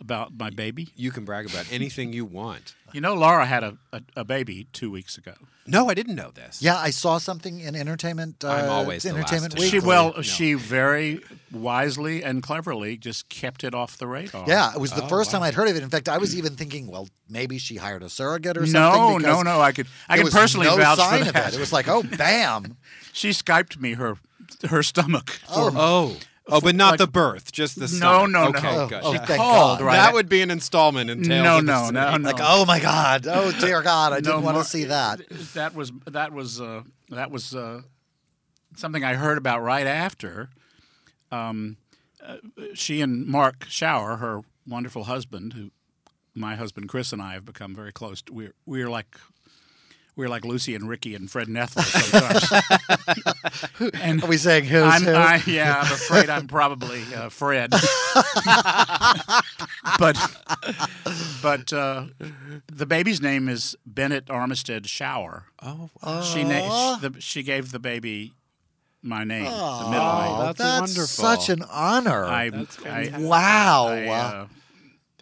I: about my baby?
A: You can brag about anything you want.
I: You know, Laura had a, a, a baby two weeks ago.
A: No, I didn't know this.
F: Yeah, I saw something in Entertainment. Uh,
A: I'm always the last
F: Entertainment
A: to know.
F: Weekly.
I: She well, she very wisely and cleverly just kept it off the radar.
F: Yeah, it was the first time I'd heard of it. In fact, I was even thinking, well, maybe she hired a surrogate or
I: No,
F: something.
I: no,
F: because
I: no. I could, I
F: there
I: could
F: was
I: personally
F: no
I: vouch
F: sign
I: for
F: of
I: that.
F: it. It was like, oh, bam.
I: she skyped me her, her stomach.
A: Oh. Oh, but not
I: like-
A: the birth, just the
I: no,
A: stomach.
I: no,
A: okay,
I: no.
A: Good.
F: Oh,
I: she
F: thank God.
I: called right.
A: That would be an installment in Tales
I: no,
A: of the
I: no,
A: City.
I: no, no.
F: Like, oh my God. Oh dear God, I didn't
I: No,
F: want
I: Mar-
F: to see that.
I: That was that was uh, that was uh, something I heard about right after. Um, uh, she and Mark Shower, her wonderful husband, who my husband Chris and I have become very close. To, we're we're like we're like Lucy and Ricky and Fred Nethel sometimes. and
F: Are we saying who's
I: I'm,
F: who?
I: I, yeah, I'm afraid I'm probably uh, Fred. but but uh, the baby's name is Bennett Armistead Shower.
A: Oh,
I: She na- she, the, she gave the baby my name, the middle
A: Aw.
I: name.
A: that's wonderful.
F: such an honor.
I: I, I,
F: wow.
I: I, uh,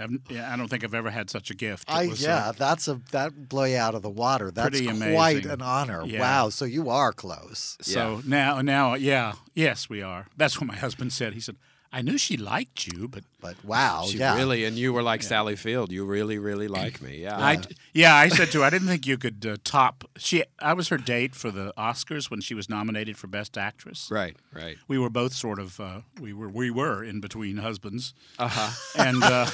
I: I've- yeah, I don't think I've ever had such a gift. It
F: I-
I: was, uh,
F: yeah, that's a that blow you out of the water. That's
I: pretty
F: quite
I: amazing.
F: an honor.
I: Yeah.
F: Wow. So you are close.
I: So now, now, yeah, yes, we are. That's what my husband said. He said, "I knew she liked you, but
F: But wow,
A: she
F: Oh, yeah.
A: really, and you were like Sally Field. You really, really like me. Yeah.
I: I yeah, I said to her, I didn't think you could uh, top. She, I was her date for the Oscars when she was nominated for Best Actress.
A: right, right.
I: We were both sort of uh, we were we were in between husbands,
F: Uh-huh.
I: and uh,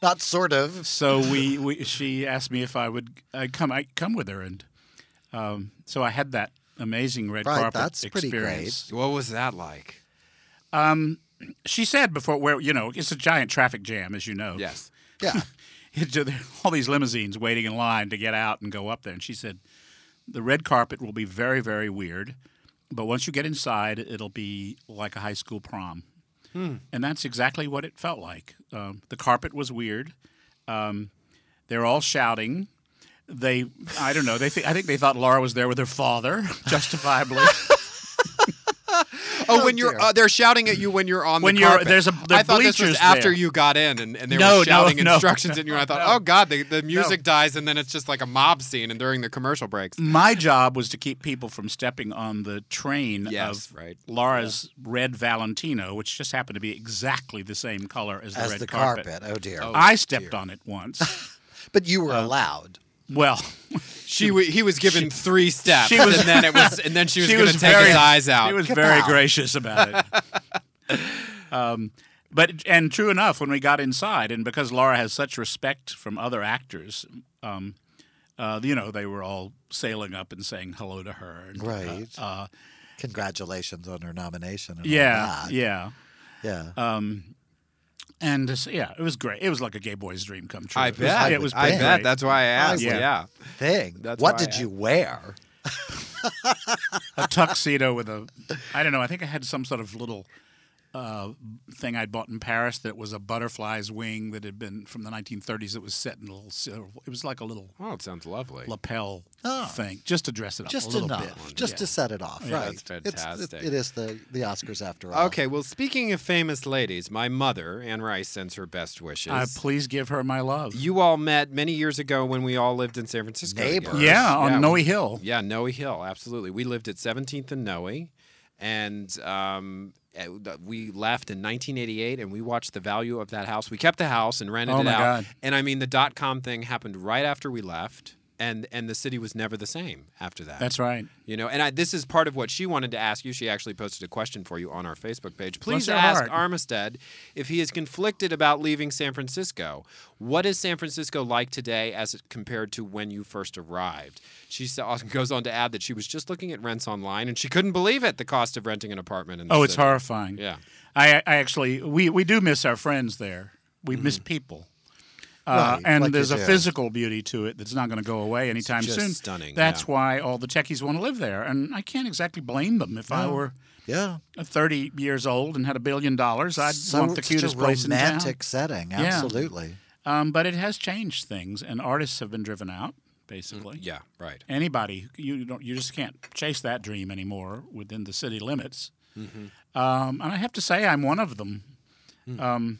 F: Not sort of.
I: so we, we she asked me if I would uh, come I come with her, and um, so I had that amazing red
F: Right,
I: carpet
F: that's pretty great.
I: experience.
A: What was that like?
I: She said before where you know it's a giant traffic jam, as you know.
A: Yes.
F: Yeah.
I: There are all these limousines waiting in line to get out and go up there. And she said, the red carpet will be very, very weird, but once you get inside, it'll be like a high school prom. and that's exactly what it felt like. Um, the carpet was weird. Um, they're all shouting. They, I don't know. They, thi- I think they thought Laura was there with her father, justifiably.
A: Oh, when you're uh, they're shouting at you when you're on
I: When
A: the
I: you're-
A: carpet.
I: there's a- the
A: I thought this was
I: bleachers
A: after
I: there.
A: you got in and, and they were
I: No, no,
A: shouting
I: no.
A: instructions at you, and I thought, oh god, the, the music dies, and then it's just like a mob scene, and during the commercial breaks,
I: My job was to keep people from stepping on the train
A: Yes,
I: of
A: right.
I: Laura's red Valentino, which just happened to be exactly the same color as the
F: as
I: red
F: the carpet. Oh dear.
I: I stepped on it once.
F: But you
I: uh,
F: were allowed.
I: well,
A: she w- he was given three steps,
I: she was-
A: and then it was, and then she was
I: she
A: going
I: was
A: to take
I: very,
A: his eyes out.
I: She was very gracious about it. um, but and true enough, when we got inside, and because Laura has such respect from other actors, um, uh, you know, they were all sailing up and saying hello to her. and, uh,
F: Right.
I: uh,
F: Congratulations on her nomination. And all
I: yeah.
F: that.
I: Yeah.
F: Yeah.
I: Um, and uh, so, yeah, it was great. It was like a gay boy's dream come true.
A: I
I: It was-
A: bet.
I: It was
A: I
I: pretty
A: bet.
I: great.
A: That's why I asked.
I: Yeah.
A: yeah.
F: Thing.
A: That's
F: what
A: why
F: did
A: I-
F: you wear?
I: a tuxedo with a, I don't know. I think I had some sort of little uh, thing I'd bought in Paris that was a butterfly's wing that had been from the 1930s. That was set in a little. sil- It was like a little
A: Oh, it sounds lovely.
I: lapel
F: Oh.
I: thing, just to dress it up a
F: Just
I: little
F: enough.
I: bit.
F: Just
I: Yeah.
F: to set it off.
A: Yeah,
F: right.
A: that's
F: It's- it-
A: fantastic.
F: it is the, the Oscars after all.
A: Okay, well, speaking of famous ladies, my mother, Anne Rice, sends her best wishes.
I: Uh, please give her my love.
A: you all met many years ago when we all lived in San Francisco. together.
F: Neighbors.
I: yeah,
A: Yeah,
I: on Noe
A: we-
I: Hill.
A: Yeah, Noe Hill, absolutely. We lived at 17th and Noe, and um, eh, we left in 1988, and we watched the value of that house. We kept the house and rented
I: Oh
A: it
I: my
A: out.
I: God.
A: And I mean, the dot com thing happened right after we left, and and the city was never the same after that.
I: That's right.
A: You know, and I, this is part of what she wanted to ask you. She actually posted a question for you on our Facebook page. Please
I: her
A: ask
I: heart.
A: Armistead if he is conflicted about leaving San Francisco. What is San Francisco like today as it compared to when you first arrived? She sa- uh, goes on to add that she was just looking at rents online and she couldn't believe it, the cost of renting an apartment in the
I: Oh, it's
A: city.
I: horrifying.
A: Yeah.
I: I, I actually we, we do miss our friends there. We miss people. Uh,
F: Mm-hmm. Right,
I: and
F: like you
I: there's a
F: do.
I: physical beauty to it that's not going to go away anytime
A: just
I: soon.
A: stunning,
I: That's
A: yeah.
I: why all the techies want to live there, and I can't exactly blame them. If I were
F: Yeah.
I: 30 years old and had a billion dollars, I'd
F: So,
I: want the
F: such
I: cutest
F: a
I: place in town.
F: romantic setting. Absolutely.
I: Um, but it has changed things, and artists have been driven out basically.
A: Yeah, right.
I: Anybody you don't you just can't chase that dream anymore within the city limits. Um, and I have to say, I'm one of them. Um,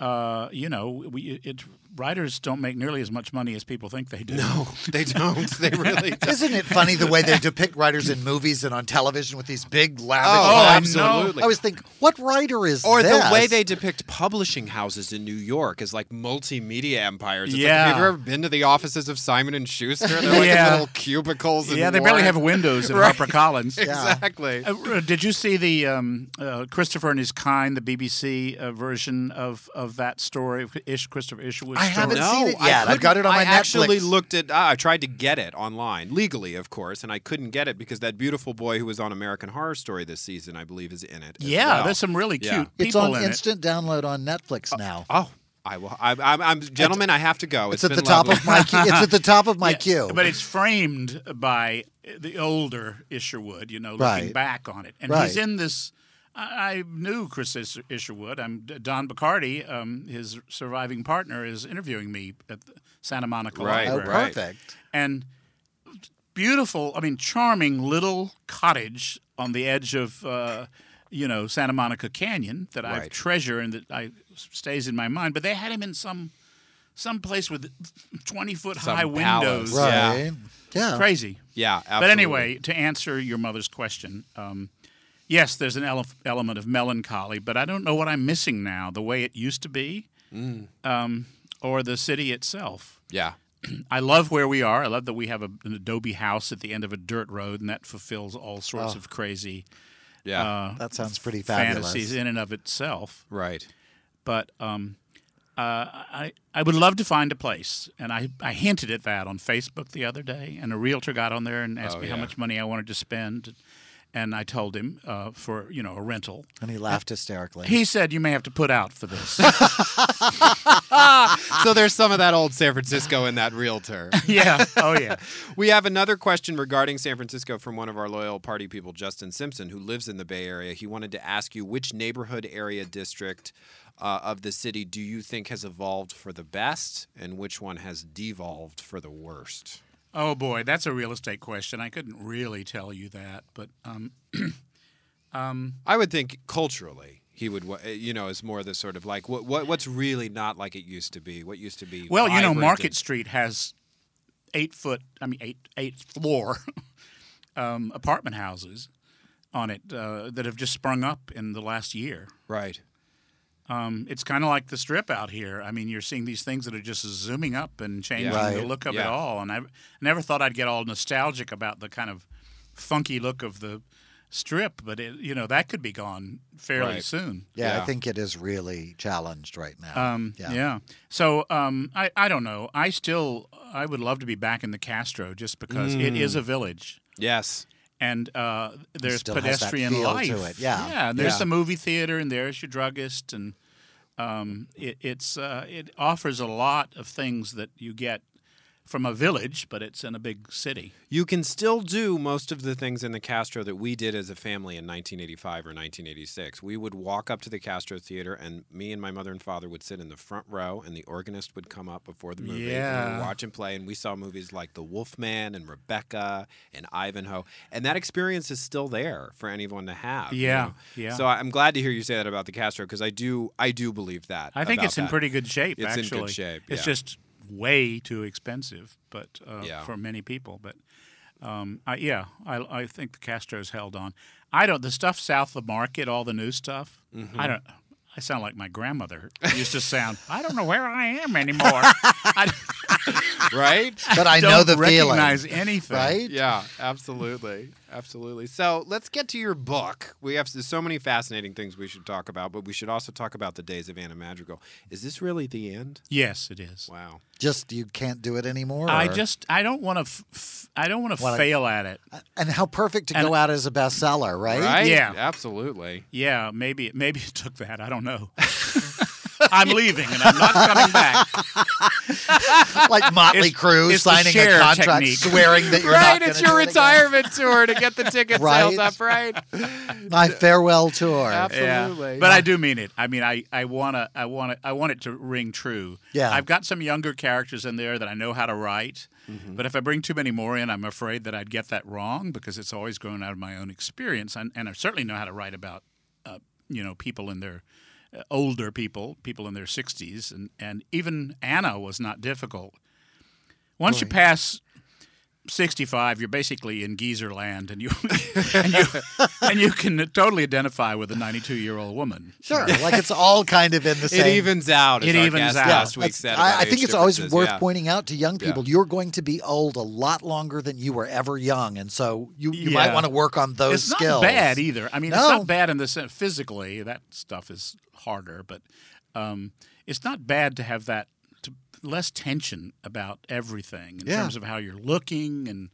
I: uh, you know, we it writers don't make nearly as much money as people think they do. No,
A: They don't. They really don't.
F: Isn't it funny the way they depict writers in movies and on television with these big lavish?
A: Oh,
F: hats?
A: absolutely.
F: I always think, what writer is
A: Or
F: this?
A: the way they depict publishing houses in New York as like multimedia empires. It's
I: Yeah.
A: Like, have you ever been to the offices of Simon and Schuster? They're like in
I: Yeah.
A: little cubicles. And
I: yeah, they barely
A: Warren-
I: have windows in
A: Right.
I: HarperCollins.
A: Exactly.
I: Uh, r- did you see the um, uh, Christopher and His Kind, the BBC uh, version of, of that story, Ish Christopher Isherwood?
F: I
I: story?
F: haven't
A: no,
F: seen it
A: I
F: yet. I've
A: couldn't-
F: got it on
A: I
F: my
A: actually
F: Netflix.
A: looked at. ah, I tried to get it online legally, of course, and I couldn't get it because that beautiful boy who was on American Horror Story this season, I believe, is in it. as
I: Yeah,
A: well.
I: there's some really cute
A: Yeah.
I: people
F: It's on
I: in it.
F: instant download on Netflix now.
A: Oh, I will. I, I'm, I'm gentlemen. I have to go.
F: It's, at
A: been
F: the top
A: lovely.
F: of my queue. It's at the top of my
I: Yeah,
F: queue.
I: But it's framed by the older Isherwood, you know, looking
F: Right.
I: back on it. And
F: Right.
I: he's in this. I I knew Chris Is- Isherwood. I'm Don Bacardi, um, his surviving partner, is interviewing me at the Santa Monica
A: Right,
F: oh,
I: Library.
A: right.
F: perfect.
I: And beautiful, I mean, charming little cottage on the edge of, uh, you know, Santa Monica Canyon that I
A: Right.
I: treasure and that I stays in my mind. But they had him in some some place with 20 foot
A: Some
I: high windows.
A: palace. Yeah.
F: Right. Yeah.
I: Crazy.
A: Yeah, absolutely.
I: But anyway, to answer your mother's question, um, yes, there's an ele- element of melancholy, but I don't know what I'm missing now, the way it used to be,
F: Mm.
I: um, or the city itself.
A: Yeah.
I: I love where we are. I love that we have a, an adobe house at the end of a dirt road, and that fulfills all sorts of crazy
A: Yeah.
I: uh,
F: That sounds pretty Oh, fabulous.
I: fantasies in and of itself.
A: right.
I: But um, uh, I I would love to find a place, and I, I hinted at that on Facebook the other day, and a realtor got on there and asked
A: Oh,
I: me how
A: yeah.
I: much money I wanted to spend, and I told him uh, for you know a rental.
F: And he laughed hysterically.
I: He said you may have to put out for this.
A: so there's some of that old San Francisco in that realtor.
I: yeah. Oh yeah.
A: We have another question regarding San Francisco from one of our loyal party people, Justin Simpson, who lives in the Bay Area. He wanted to ask you which neighborhood area district uh, of the city do you think has evolved for the best and which one has devolved for the worst?
I: Oh boy, that's a real estate question. I couldn't really tell you that, but um,
A: I would think culturally. He would, wa- eh, you know, is more the sort of like what, what what's really not like it used to be. What used to be
I: well, you know,
A: vibrant
I: Market
A: and-
I: Street has eight foot, I mean eight eight floor um, apartment houses on it uh, that have just sprung up in the last year.
A: right?
I: Um, it's kind of like the strip out here. I mean, you're seeing these things that are just zooming up and changing
A: Yeah.
I: the
F: Right.
I: look of it
A: Yeah.
I: all. And I never thought I'd get all nostalgic about the kind of funky look of the strip, but it, you know that could be gone fairly
A: Right.
I: soon.
F: yeah,
A: Yeah.
F: I think it is really challenged right now.
I: Um, yeah. So um, I, I don't know. I still I would love to be back in the Castro just because it is a village
A: Yes,
I: and uh, there's
F: Mm. still has that
I: pedestrian
F: feel to
I: life.
F: it, yeah.
I: yeah. And there's
A: Yeah.
I: the movie theater, and there's your druggist, and um, it, it's uh, it offers a lot of things that you get from a village, but it's in a big city.
A: you can still do most of the things in the Castro that we did as a family in 1985 or 1986. We would walk up to the Castro Theater, and me and my mother and father would sit in the front row, and the organist would come up before the movie. And we
I: Yeah.
A: would watch and play, and we saw movies like The Wolfman and Rebecca and Ivanhoe. And that experience is still there for anyone to have. you
I: Yeah,
A: know?
I: yeah.
A: So I- I'm glad to hear you say that about the Castro because I do, I do believe that.
I: I think
A: about
I: it's in
A: that.
I: pretty good shape.
A: It's in good
I: actually,
A: shape,
I: It's
A: yeah.
I: just way too expensive, but uh,
A: Yeah.
I: for many people. But um, I, yeah, I, I think the Castro's held on. I don't. The stuff south of Market, all the new stuff.
A: Mm-hmm.
I: I don't. I sound like my grandmother used to sound. I don't know where I am anymore. I
A: right?
B: But I
I: don't
B: know the feeling.
I: recognize anything.
B: Right?
A: Yeah, absolutely. Absolutely. So let's get to your book. We have so many fascinating things we should talk about, but we should also talk about the days of Anna Madrigal. Is this really the end?
I: Yes, it is.
A: Wow.
F: Just you can't do it anymore.
I: I
F: or-
I: just I don't want to f- f- I don't want to
F: Wanna-
I: fail at it.
F: and how perfect to
I: And-
F: go out as a bestseller, right?
A: Right?
I: Yeah.
A: Absolutely.
I: Yeah, maybe maybe it took that. I don't know. I'm leaving and I'm not coming back.
F: Like Motley
I: It's-
F: Crue
I: it's the
F: signing a
I: Cher
F: contract,
I: technique.
F: swearing that you're
A: Right,
F: not gonna
A: it's
F: do
A: your
F: it again.
A: retirement tour to get the ticket sales
F: Right?
A: up, right?
F: My farewell tour.
A: Absolutely.
I: Yeah. But I do mean it. I mean, I, I wanna I wanna I want it to ring true.
F: Yeah.
I: I've got some younger characters in there that I know how to write, but if I bring too many more in, I'm afraid that I'd get that wrong because it's always grown out of my own experience, and, and I certainly know how to write about, uh, you know, people in their uh, older people, people in their 60s, and and even Anna was not difficult. Once you pass 65, you're basically in geezer land, and you and you, and you can totally identify with a 92 year old woman.
F: Sure. Like it's all kind of in the
A: It
F: same.
A: evens out. as
I: It
A: our
I: evens
A: guest
I: out.
A: Last week
F: That's-
A: said
F: I,
A: about
F: I think
A: age
F: it's always
A: differences.
F: worth
A: Yeah.
F: pointing out to young
A: Yeah.
F: people you're going to be old a lot longer than you were ever young, and so you, you might
I: Yeah.
F: want to work on those
I: it's
F: skills.
I: not bad e- either. I mean, it's
F: No.
I: not bad in the sense physically that stuff is harder, but um, it's not bad to have that to, less tension about everything in
F: Yeah.
I: terms of how you're looking and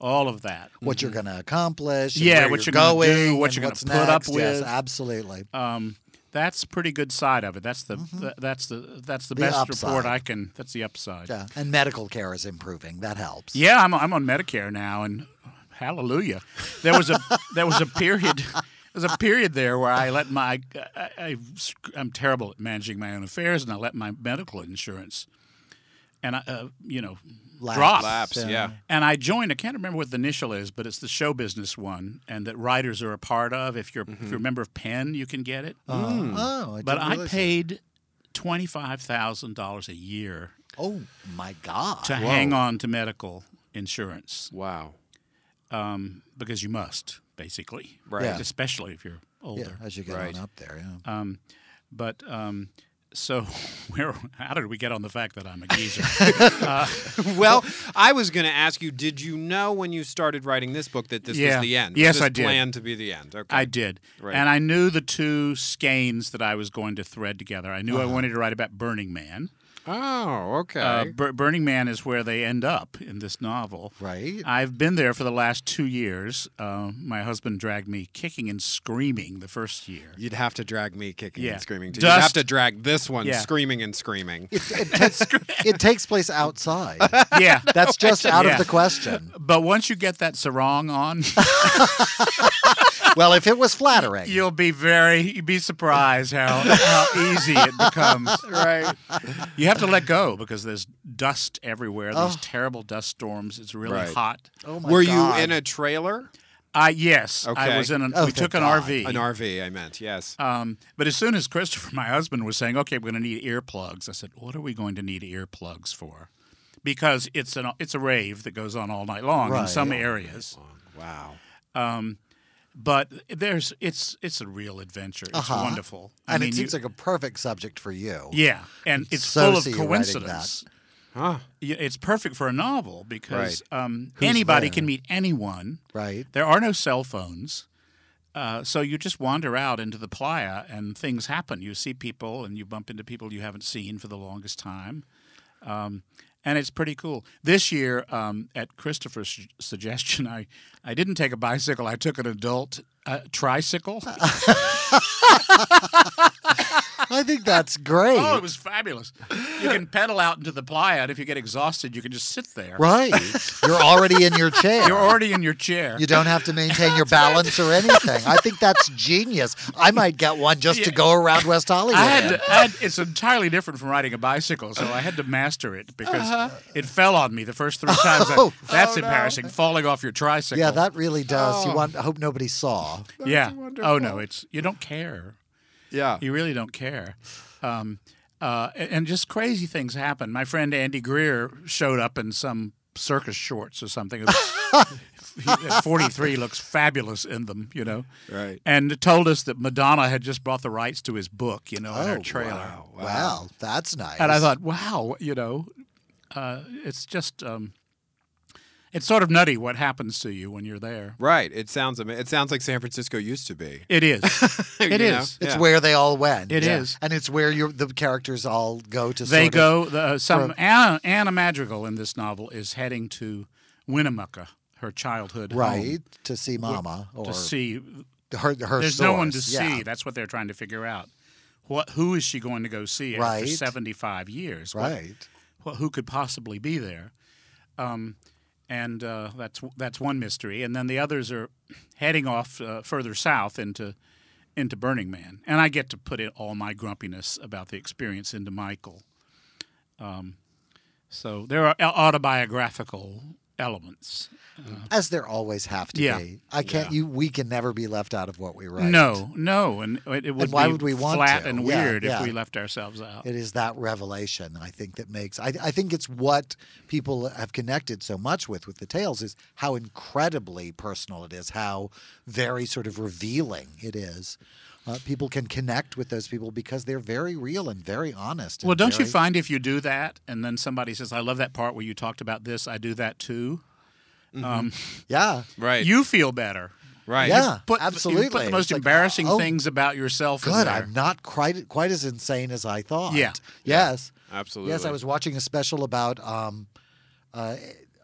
I: all of that.
F: What you're going to accomplish, and
I: Mm-hmm. Yeah,
F: where
I: what
F: you're
I: you're gonna
F: going,
I: do, what
F: and
I: you're gonna
F: what's
I: put up
F: next. Yes,
I: with.
F: absolutely.
I: um, that's a pretty good side of it. That's the th- that's the that's the,
F: Mm-hmm. The
I: best
F: upside.
I: report I can. That's the upside.
F: Yeah, and medical care is improving. That helps.
I: Yeah, I'm, I'm on Medicare now, and hallelujah. There was a there was a period there was a period there where I let my I, I, I'm terrible at managing my own affairs, and I let my medical insurance and I uh, you know
F: Lapse.
I: drop
A: Laps,
F: Yeah.
A: yeah.
I: and I joined. I can't remember what the initial is, but it's the show business one, and that writers are a part of. If you're if you're a member of Penn, you can get it.
F: Mm-hmm. Oh, oh, I
I: Hmm. but
F: didn't
I: I
F: realize that.
I: paid twenty five thousand dollars a year
F: Oh my God!
I: to hang on to medical insurance.
A: Wow.
I: um, because you must basically,
A: Right.
F: Yeah.
I: Especially if you're
F: Yeah,
I: older.
F: as you get
A: Right.
F: on up there, yeah.
I: Um, but um, so where? How did we get on the fact that I'm a geezer? uh,
A: Well, I was going to ask you, did you know when you started writing this book that this
I: Yeah.
A: was the end?
I: Yes,
A: was this
I: I did.
A: planned to be the end. Okay.
I: I did,
A: Right.
I: and I knew the two skeins that I was going to thread together. I knew I wanted to write about Burning Man,
A: Oh, Uh-huh. okay.
I: Uh, Bur- Burning Man is where they end up in this novel.
B: Right.
I: I've been there for the last two years. Uh, my husband dragged me kicking and screaming the first year.
A: You'd have to drag me kicking
I: Yeah.
A: and screaming. Too. You'd
I: Dust-
A: have to drag this one
I: Yeah.
A: screaming and screaming.
B: It, it, takes, it takes place outside.
I: Yeah.
B: That's just out
I: Yeah.
B: of the question.
I: but once you get that sarong on,
B: Well, if it was flattering,
I: you'll be very, you'd be surprised how, how easy it becomes.
A: right.
I: You have to let go because there's dust everywhere, these
B: Oh.
I: terrible dust storms. It's really
A: Right.
I: hot.
B: oh my
A: Were
B: God.
A: you in a trailer?
I: Uh, yes,
A: Okay.
I: I was in an,
B: Oh,
I: we took
B: thank
I: an
B: God.
I: RV.
A: An RV, I meant. Yes.
I: Um, but as soon as Christopher, my husband, was saying, "Okay, we're going to need earplugs," I said, "What are we going to need earplugs for?" Because it's an it's a rave that goes on all night long in
B: Right.
I: some areas.
A: Wow.
I: Um, but there's it's it's a real adventure. It's
B: Uh-huh.
I: wonderful.
B: And it
I: you-
B: seems like a perfect subject for you.
I: yeah, and it's
B: So
I: full of
B: see you writing that.
I: coincidence.
A: Huh.
I: Yeah, It's perfect for a novel because um, anybody
B: there?
I: can meet anyone.
B: Right.
I: There are no cell phones. Uh, so you just wander out into the playa and things happen. You see people and you bump into people you haven't seen for the longest time. Um, and it's pretty cool. This year, um, at Christopher's su- suggestion, I, I didn't take a bicycle. I took an adult uh, tricycle.
B: I think that's great.
I: oh, it was fabulous. You can pedal out into the playa, and if you get exhausted, you can just sit there.
B: right. You're already in your chair.
I: You're already in your chair.
B: You don't have to maintain your balance or anything. I think that's genius. I might get one just to
I: Yeah.
B: go around West Hollywood.
I: I had, to, I had it's entirely different from riding a bicycle, so I had to master it because it fell on me the first three times. I-
B: Uh-huh. Oh.
I: that's embarrassing, falling off your tricycle.
B: yeah, that really does.
I: Oh.
B: You want? I hope nobody saw.
I: yeah. Oh no, it's you don't care.
A: Yeah.
I: You really don't care. Um, uh, a- and just crazy things happen. My friend Andy Greer showed up in some circus shorts or something. It was- he, at 43 looks fabulous in them, you know.
A: Right.
I: And told us that Madonna had just bought the rights to his book, you know, in her trailer.
B: Oh, Wow, that's nice.
I: Oh, And I thought, wow, you know, uh, it's just, um, it's sort of nutty what happens to you when you're there.
A: Right. It sounds ama- it sounds like San Francisco used to be.
I: It is.
A: You
I: It
A: know?
I: is.
B: it's
A: Yeah.
B: where they all went.
I: It
B: It is,
I: is.
B: and it's where your the characters all go to.
I: They
B: sort of-
I: go, the, uh, some, Anna, Anna Madrigal in this novel is heading to Winnemucca, her childhood home,
B: right to see Mama or
I: to see,
B: her. her
I: there's no one to
B: source. Yeah.
I: see. That's what they're trying to figure out. What, who is she going to go see after
B: Right.
I: 75 years? What-
B: Right.
I: wh- who could possibly be there? Um, and uh, that's that's one mystery. And then the others are heading off uh, further south into into Burning Man. And I get to put in all my grumpiness about the experience into Michael. Um, so there are au- autobiographical elements.
B: As there always have to
I: Yeah.
B: be. I can't. You. We can never be left out of what we write.
I: No, no, and it, it would
B: why
I: be
B: would we want
I: flat
B: to?
I: and
B: Yeah,
I: weird
B: yeah.
I: if we left ourselves out.
B: It is that revelation I think that makes I, I think it's what people have connected so much with with the tales is how incredibly personal it is, how very sort of revealing it is. Uh, people can connect with those people because they're very real and very honest. and
I: well, don't you
B: very-
I: find if you do that, and then somebody says, "I love that part where you talked about this. I do that too." Um,
B: Yeah,
A: Right.
I: you feel better.
A: right.
B: yeah,
I: Put,
B: absolutely.
I: You put the
B: It's
I: most
B: like,
I: embarrassing
B: oh,
I: things about yourself. In
B: Good,
I: there.
B: I'm not quite quite as insane as I thought.
I: Yeah.
B: Yes.
A: Absolutely.
B: Yes, I was watching a special about um, uh,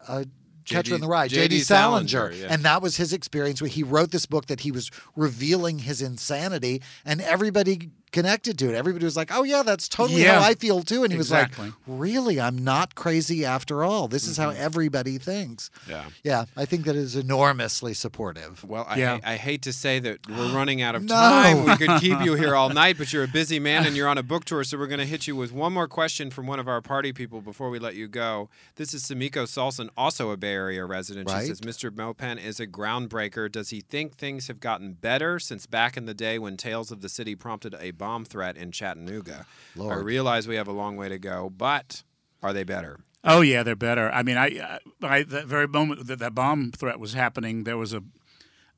B: uh, Catcher
A: J.D.
B: in the Rye, J.D.
A: J.D.
B: Salinger,
A: Salinger, yeah.
B: and that was his experience. Where he wrote this book that he was revealing his insanity, and everybody connected to it. Everybody was like, "Oh yeah, that's totally
I: Yeah.
B: how I feel too." And he
I: Exactly.
B: was like, "Really, I'm not crazy after all. This is how everybody thinks."
A: Mm-hmm. Yeah.
B: Yeah, I think that is enormously supportive.
A: Well, I,
I: Yeah.
A: hate- I hate to say that we're running out of
B: No.
A: time. We could keep you here all night, but you're a busy man and you're on a book tour, so we're going to hit you with one more question from one of our party people before we let you go. This is Samiko Salson, also a Bay Area resident. She
B: Right.
A: says, Mr. Mopen is a groundbreaker. Does he think things have gotten better since back in the day when Tales of the City prompted a bomb threat in Chattanooga? I
B: Lord.
A: realize we have a long way to go, but are they better?
I: Oh yeah, they're better. I mean, I, I, I the very moment that that bomb threat was happening, there was a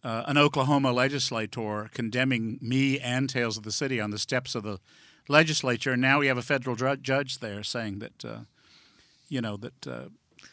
I: uh, an Oklahoma legislator condemning me and Tales of the City on the steps of the legislature, and now we have a federal dr- judge there saying that, uh, you know, that uh,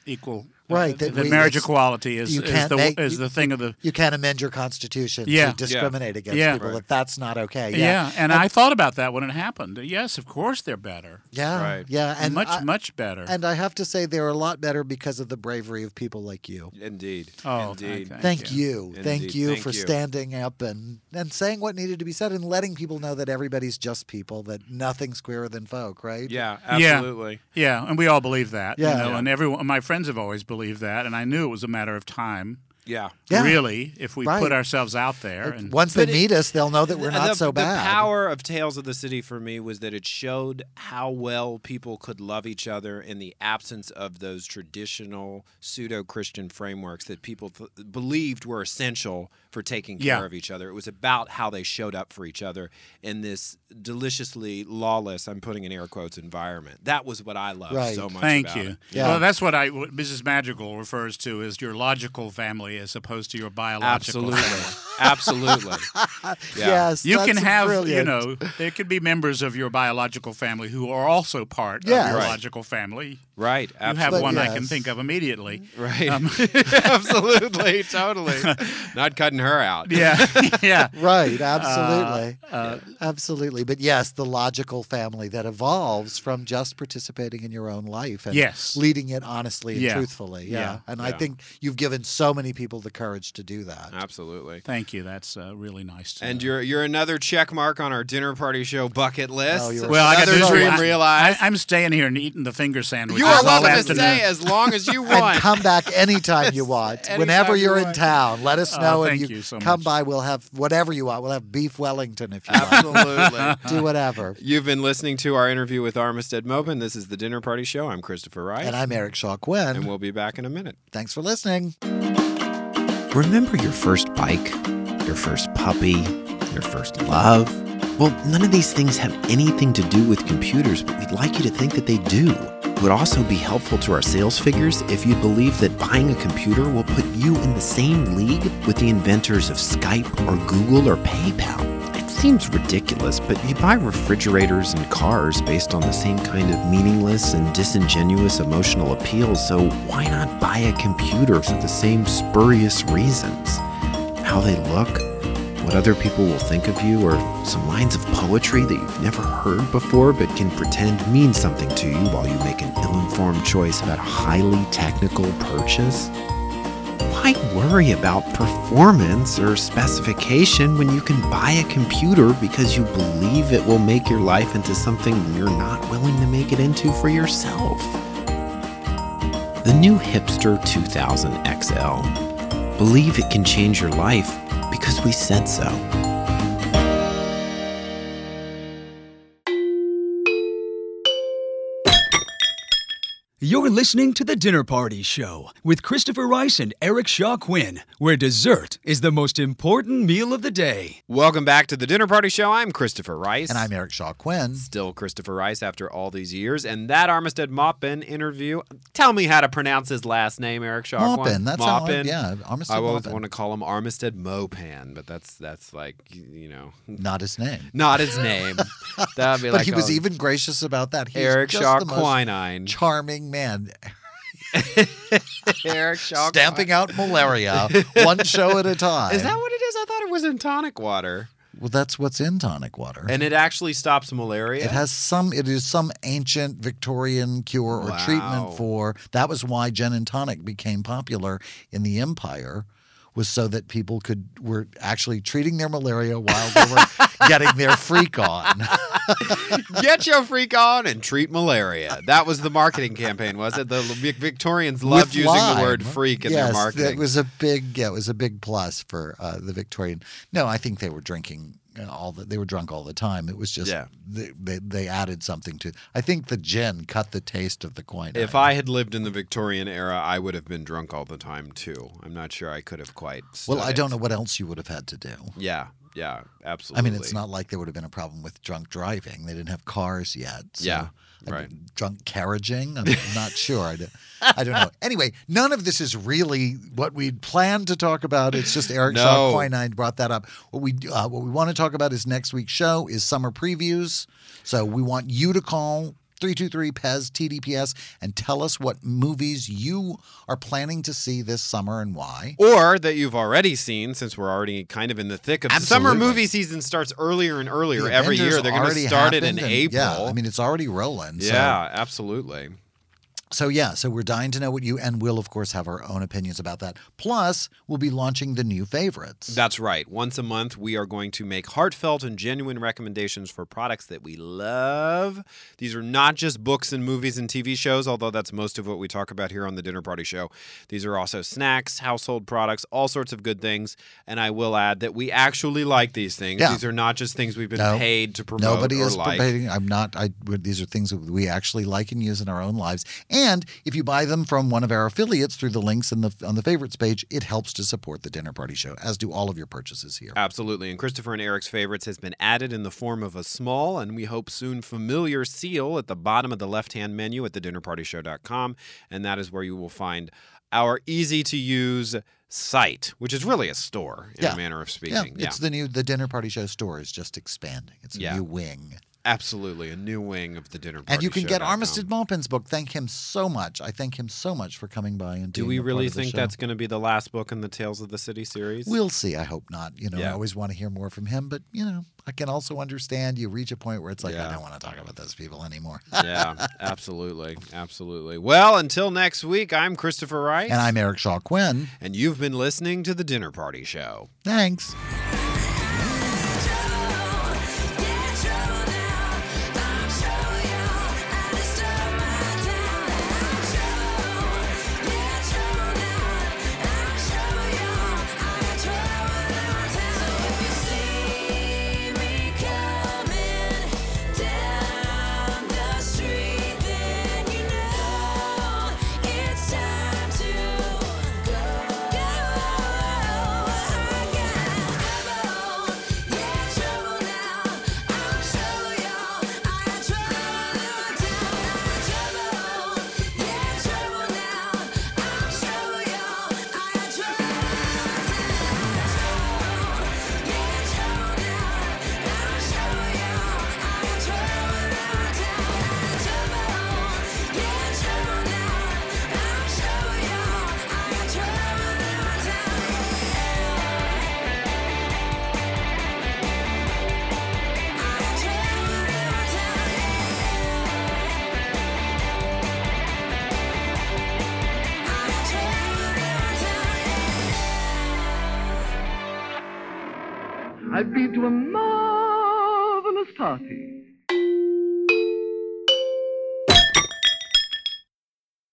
I: equal
B: Right,
I: That,
B: that we-
I: marriage
B: it's-
I: equality is,
B: you
I: is,
B: can't
I: the,
B: make-
I: is the thing of the.
B: You can't amend your constitution
I: Yeah.
B: to discriminate against
I: Yeah.
B: people.
I: Right.
B: That that's not okay.
I: Yeah.
B: Yeah.
I: And, I thought about that when it happened. Yes, of course they're better.
B: Yeah.
A: Right.
B: Yeah. And
I: much,
B: I,
I: much better.
B: and I have to say they're a lot better because of the bravery of people like you.
A: Indeed.
I: Oh,
A: Indeed.
I: okay.
B: Thank,
I: Thank
B: you. Thank
A: Indeed.
B: you
A: Thank
B: for
A: you.
B: standing up and, and saying what needed to be said and letting people know that everybody's just people, that nothing's queerer than folk, right?
A: Yeah,
I: Yeah.
A: absolutely.
I: yeah. And we all believe that.
B: Yeah.
I: You know,
B: Yeah.
I: And everyone, my friends have always believed that. And I knew it was a matter of time,
A: Yeah.
B: Yeah.
I: really, if we
B: Right.
I: put ourselves out there. And
B: Once they
A: But it-
B: meet us, they'll know that we're
A: The-
B: not
A: the,
B: so bad.
A: The power of Tales of the City for me was that it showed how well people could love each other in the absence of those traditional pseudo-Christian frameworks that people th- believed were essential for taking care
I: Yeah.
A: of each other. It was about how they showed up for each other in this deliciously lawless, I'm putting in air quotes, environment. That was what I loved
B: Right.
A: so much
I: Thank
A: about
I: you.
A: it.
B: Yeah.
I: Well, that's what I what Mrs. Magical refers to as your logical family as opposed to your biological.
A: Absolutely.
I: family.
A: Absolutely. Yeah.
B: Yes.
I: You
B: that's
I: can have, you
B: brilliant.
I: know, there could be members of your biological family who are also part of
B: Yes.
I: your
B: Right.
I: logical family.
A: Right.
I: You
A: Absolutely.
I: have
B: But
I: one Um. I can
B: yes.
I: think of immediately. Uh,
A: Right. Absolutely. Totally. Not cutting her out.
I: Yeah, yeah.
A: Uh,
B: Right, absolutely. absolutely. But yes, the logical family that evolves from just participating in your own life and
I: Yes.
B: leading it honestly and
I: Yeah.
B: truthfully. Yeah.
I: Yeah.
B: And I
A: Yeah. Uh,
B: think you've given so many people the courage to do that.
A: Absolutely.
I: Thank you. That's uh, really nice. To
A: And
I: know.
A: you're you're another check mark on our dinner party show bucket list.
B: Oh, you're-
I: well, I got
A: another
I: news for you.
A: dream
I: I-
A: realized.
I: I, am staying here and eating the finger sandwich.
A: you are
I: all
A: welcome to
I: afternoon.
A: stay as long as you
B: And
A: want.
B: come back anytime you want.
A: Anytime
B: Whenever
A: you
B: you're in
A: want. Uh,
B: town, let us
I: Oh,
B: know. and
I: thank
B: you,
I: you so
B: come
I: much.
B: by. We'll have whatever you want. We'll have beef Wellington if you want.
A: Absolutely.
B: do whatever.
A: You've been listening to our interview with Armistead Mopin. This is the Dinner Party Show. I'm Christopher Rice.
B: And I'm Eric Shaw Quinn.
A: and we'll be back in a minute.
B: Thanks for listening.
E: Remember your first bike, your first puppy, your first love? Well, none of these things have anything to do with computers, but we'd like you to think that they do. It would also be helpful to our sales figures if you believe that buying a computer will put you in the same league with the inventors of Skype or Google or PayPal. It seems ridiculous, but you buy refrigerators and cars based on the same kind of meaningless and disingenuous emotional appeal, so why not buy a computer for the same spurious reasons? How they look, what other people will think of you, or some lines of poetry that you've never heard before but can pretend mean something to you while you make an ill informed choice about a highly technical purchase? Why worry about performance or specification when you can buy a computer because you believe it will make your life into something you're not willing to make it into for yourself? The new Hipster 2000 XL. Believe it can change your life because we said so.
J: You're listening to The Dinner Party Show with Christopher Rice and Eric Shaw Quinn, where dessert is the most important meal of the day.
A: Welcome back to the Dinner Party Show. I'm Christopher Rice.
B: And I'm Eric Shaw Quinn.
A: Still Christopher Rice after all these years. And that Armistead Maupin interview. Tell me how to pronounce his last name, Eric Shaw.
B: Maupin, that's how I- yeah, Armistead
A: I always
B: Maupin.
A: want to call him Armistead Mopan, but that's that's like you know
B: Not his name.
A: not his name. That'd be
B: But
A: like
B: he was
A: oh,
B: even gracious about that. He's
A: Eric
B: just
A: Shaw
B: the most
A: Quinine.
B: Charming man.
A: Eric Shaw
B: stamping out malaria one show at a time.
A: Quinine. Is that what it is? I thought it was in tonic water.
B: Well, that's what's in tonic water.
A: And it actually stops malaria.
B: it has some. It is some ancient Victorian cure or
A: Wow.
B: treatment for. That was why gin and tonic became popular in the empire, was so that people could were actually treating their malaria while they were getting their freak on.
A: Get your freak on and treat malaria. That was the marketing campaign, was it? The Vic- Victorians loved
B: With
A: using
B: lime.
A: the word freak in
B: yes,
A: their marketing.
B: That was a big. Yeah, it was a big plus for uh, the Victorian. No, I think they were drinking uh, all the. They were drunk all the time. It was just
A: Yeah.
B: they, they they added something to. I think the gin cut the taste of the quinine.
A: If I had lived in the Victorian era, I would have been drunk all the time too. I'm not sure I could have quite. stood
B: well, I
A: it.
B: don't know what else you would have had to do.
A: Yeah, yeah, absolutely.
B: I mean, it's not like there would have been a problem with drunk driving. They didn't have cars yet. so-
A: Yeah,
B: I
A: right.
B: mean, Drunk carriaging? I'm not sure. I don't, I don't know. Anyway, none of this is really what we'd planned to talk about. It's just Eric Shaw
A: No.
B: Quinine brought that up. What we uh, what we want to talk about is next week's show is summer previews. So we want you to call 323 PEZ TDPS and tell us what movies you are planning to see this summer and why.
A: Or that you've already seen, since we're already kind of in the thick of summer.
B: Absolutely.
A: Movie season starts earlier and earlier
B: The
A: every
B: Avengers
A: year. They're going to
B: already
A: start it in
B: happened, and-
A: April.
B: Yeah, I mean it's uh, already rolling. So.
A: Yeah, absolutely.
B: So yeah, so we're dying to know what you and we'll of course have our own opinions about that. Plus, we'll be launching the new favorites.
A: That's right. Once a month, we are going to make heartfelt and genuine recommendations for products that we love. These are not just books and movies and TV shows, although that's most of what we talk about here on the Dinner Party Show. These are also snacks, household products, all sorts of good things. And I will add that we actually like these things.
B: Yeah.
A: These are not just things we've been
B: No.
A: paid to promote
B: Nobody
A: or
B: is
A: like.
B: probating. I'm not. I would- these are things that we actually like and use in our own lives. And if you buy them from one of our affiliates through the links in the on the favorites page, it helps to support the dinner party show, as do all of your purchases here.
A: Absolutely. And Christopher and Eric's favorites has been added in the form of a small and we hope soon familiar seal at the bottom of the left hand menu at thedinnerpartyshow.com. And that is where you will find our easy to use site, which is really a store in
B: Yeah.
A: a manner of
B: yeah,
A: speaking.
B: it's the new the dinner party show store is just expanding. It's a
A: Yeah.
B: new wing,
A: Absolutely. A new wing of the dinner party.
B: and you can get Armistead Maupin's book. Thank him so much. I thank him so much for coming by and.
A: Do
B: being
A: we
B: a part
A: really
B: of the
A: think
B: show.
A: that's going to be the last book in the Tales of the City series?
B: We'll see. I hope not. You know, I
A: Yeah.
B: always want to hear more from him, but you know, I can also understand you reach a point where it's like I
A: Yeah.
B: don't want to talk about those people anymore.
A: yeah, absolutely. Absolutely. Well, until next week, I'm Christopher Rice.
B: And I'm Eric Shaw Quinn.
A: and you've been listening to The Dinner Party Show.
B: Thanks.
D: I've been to a marvelous party.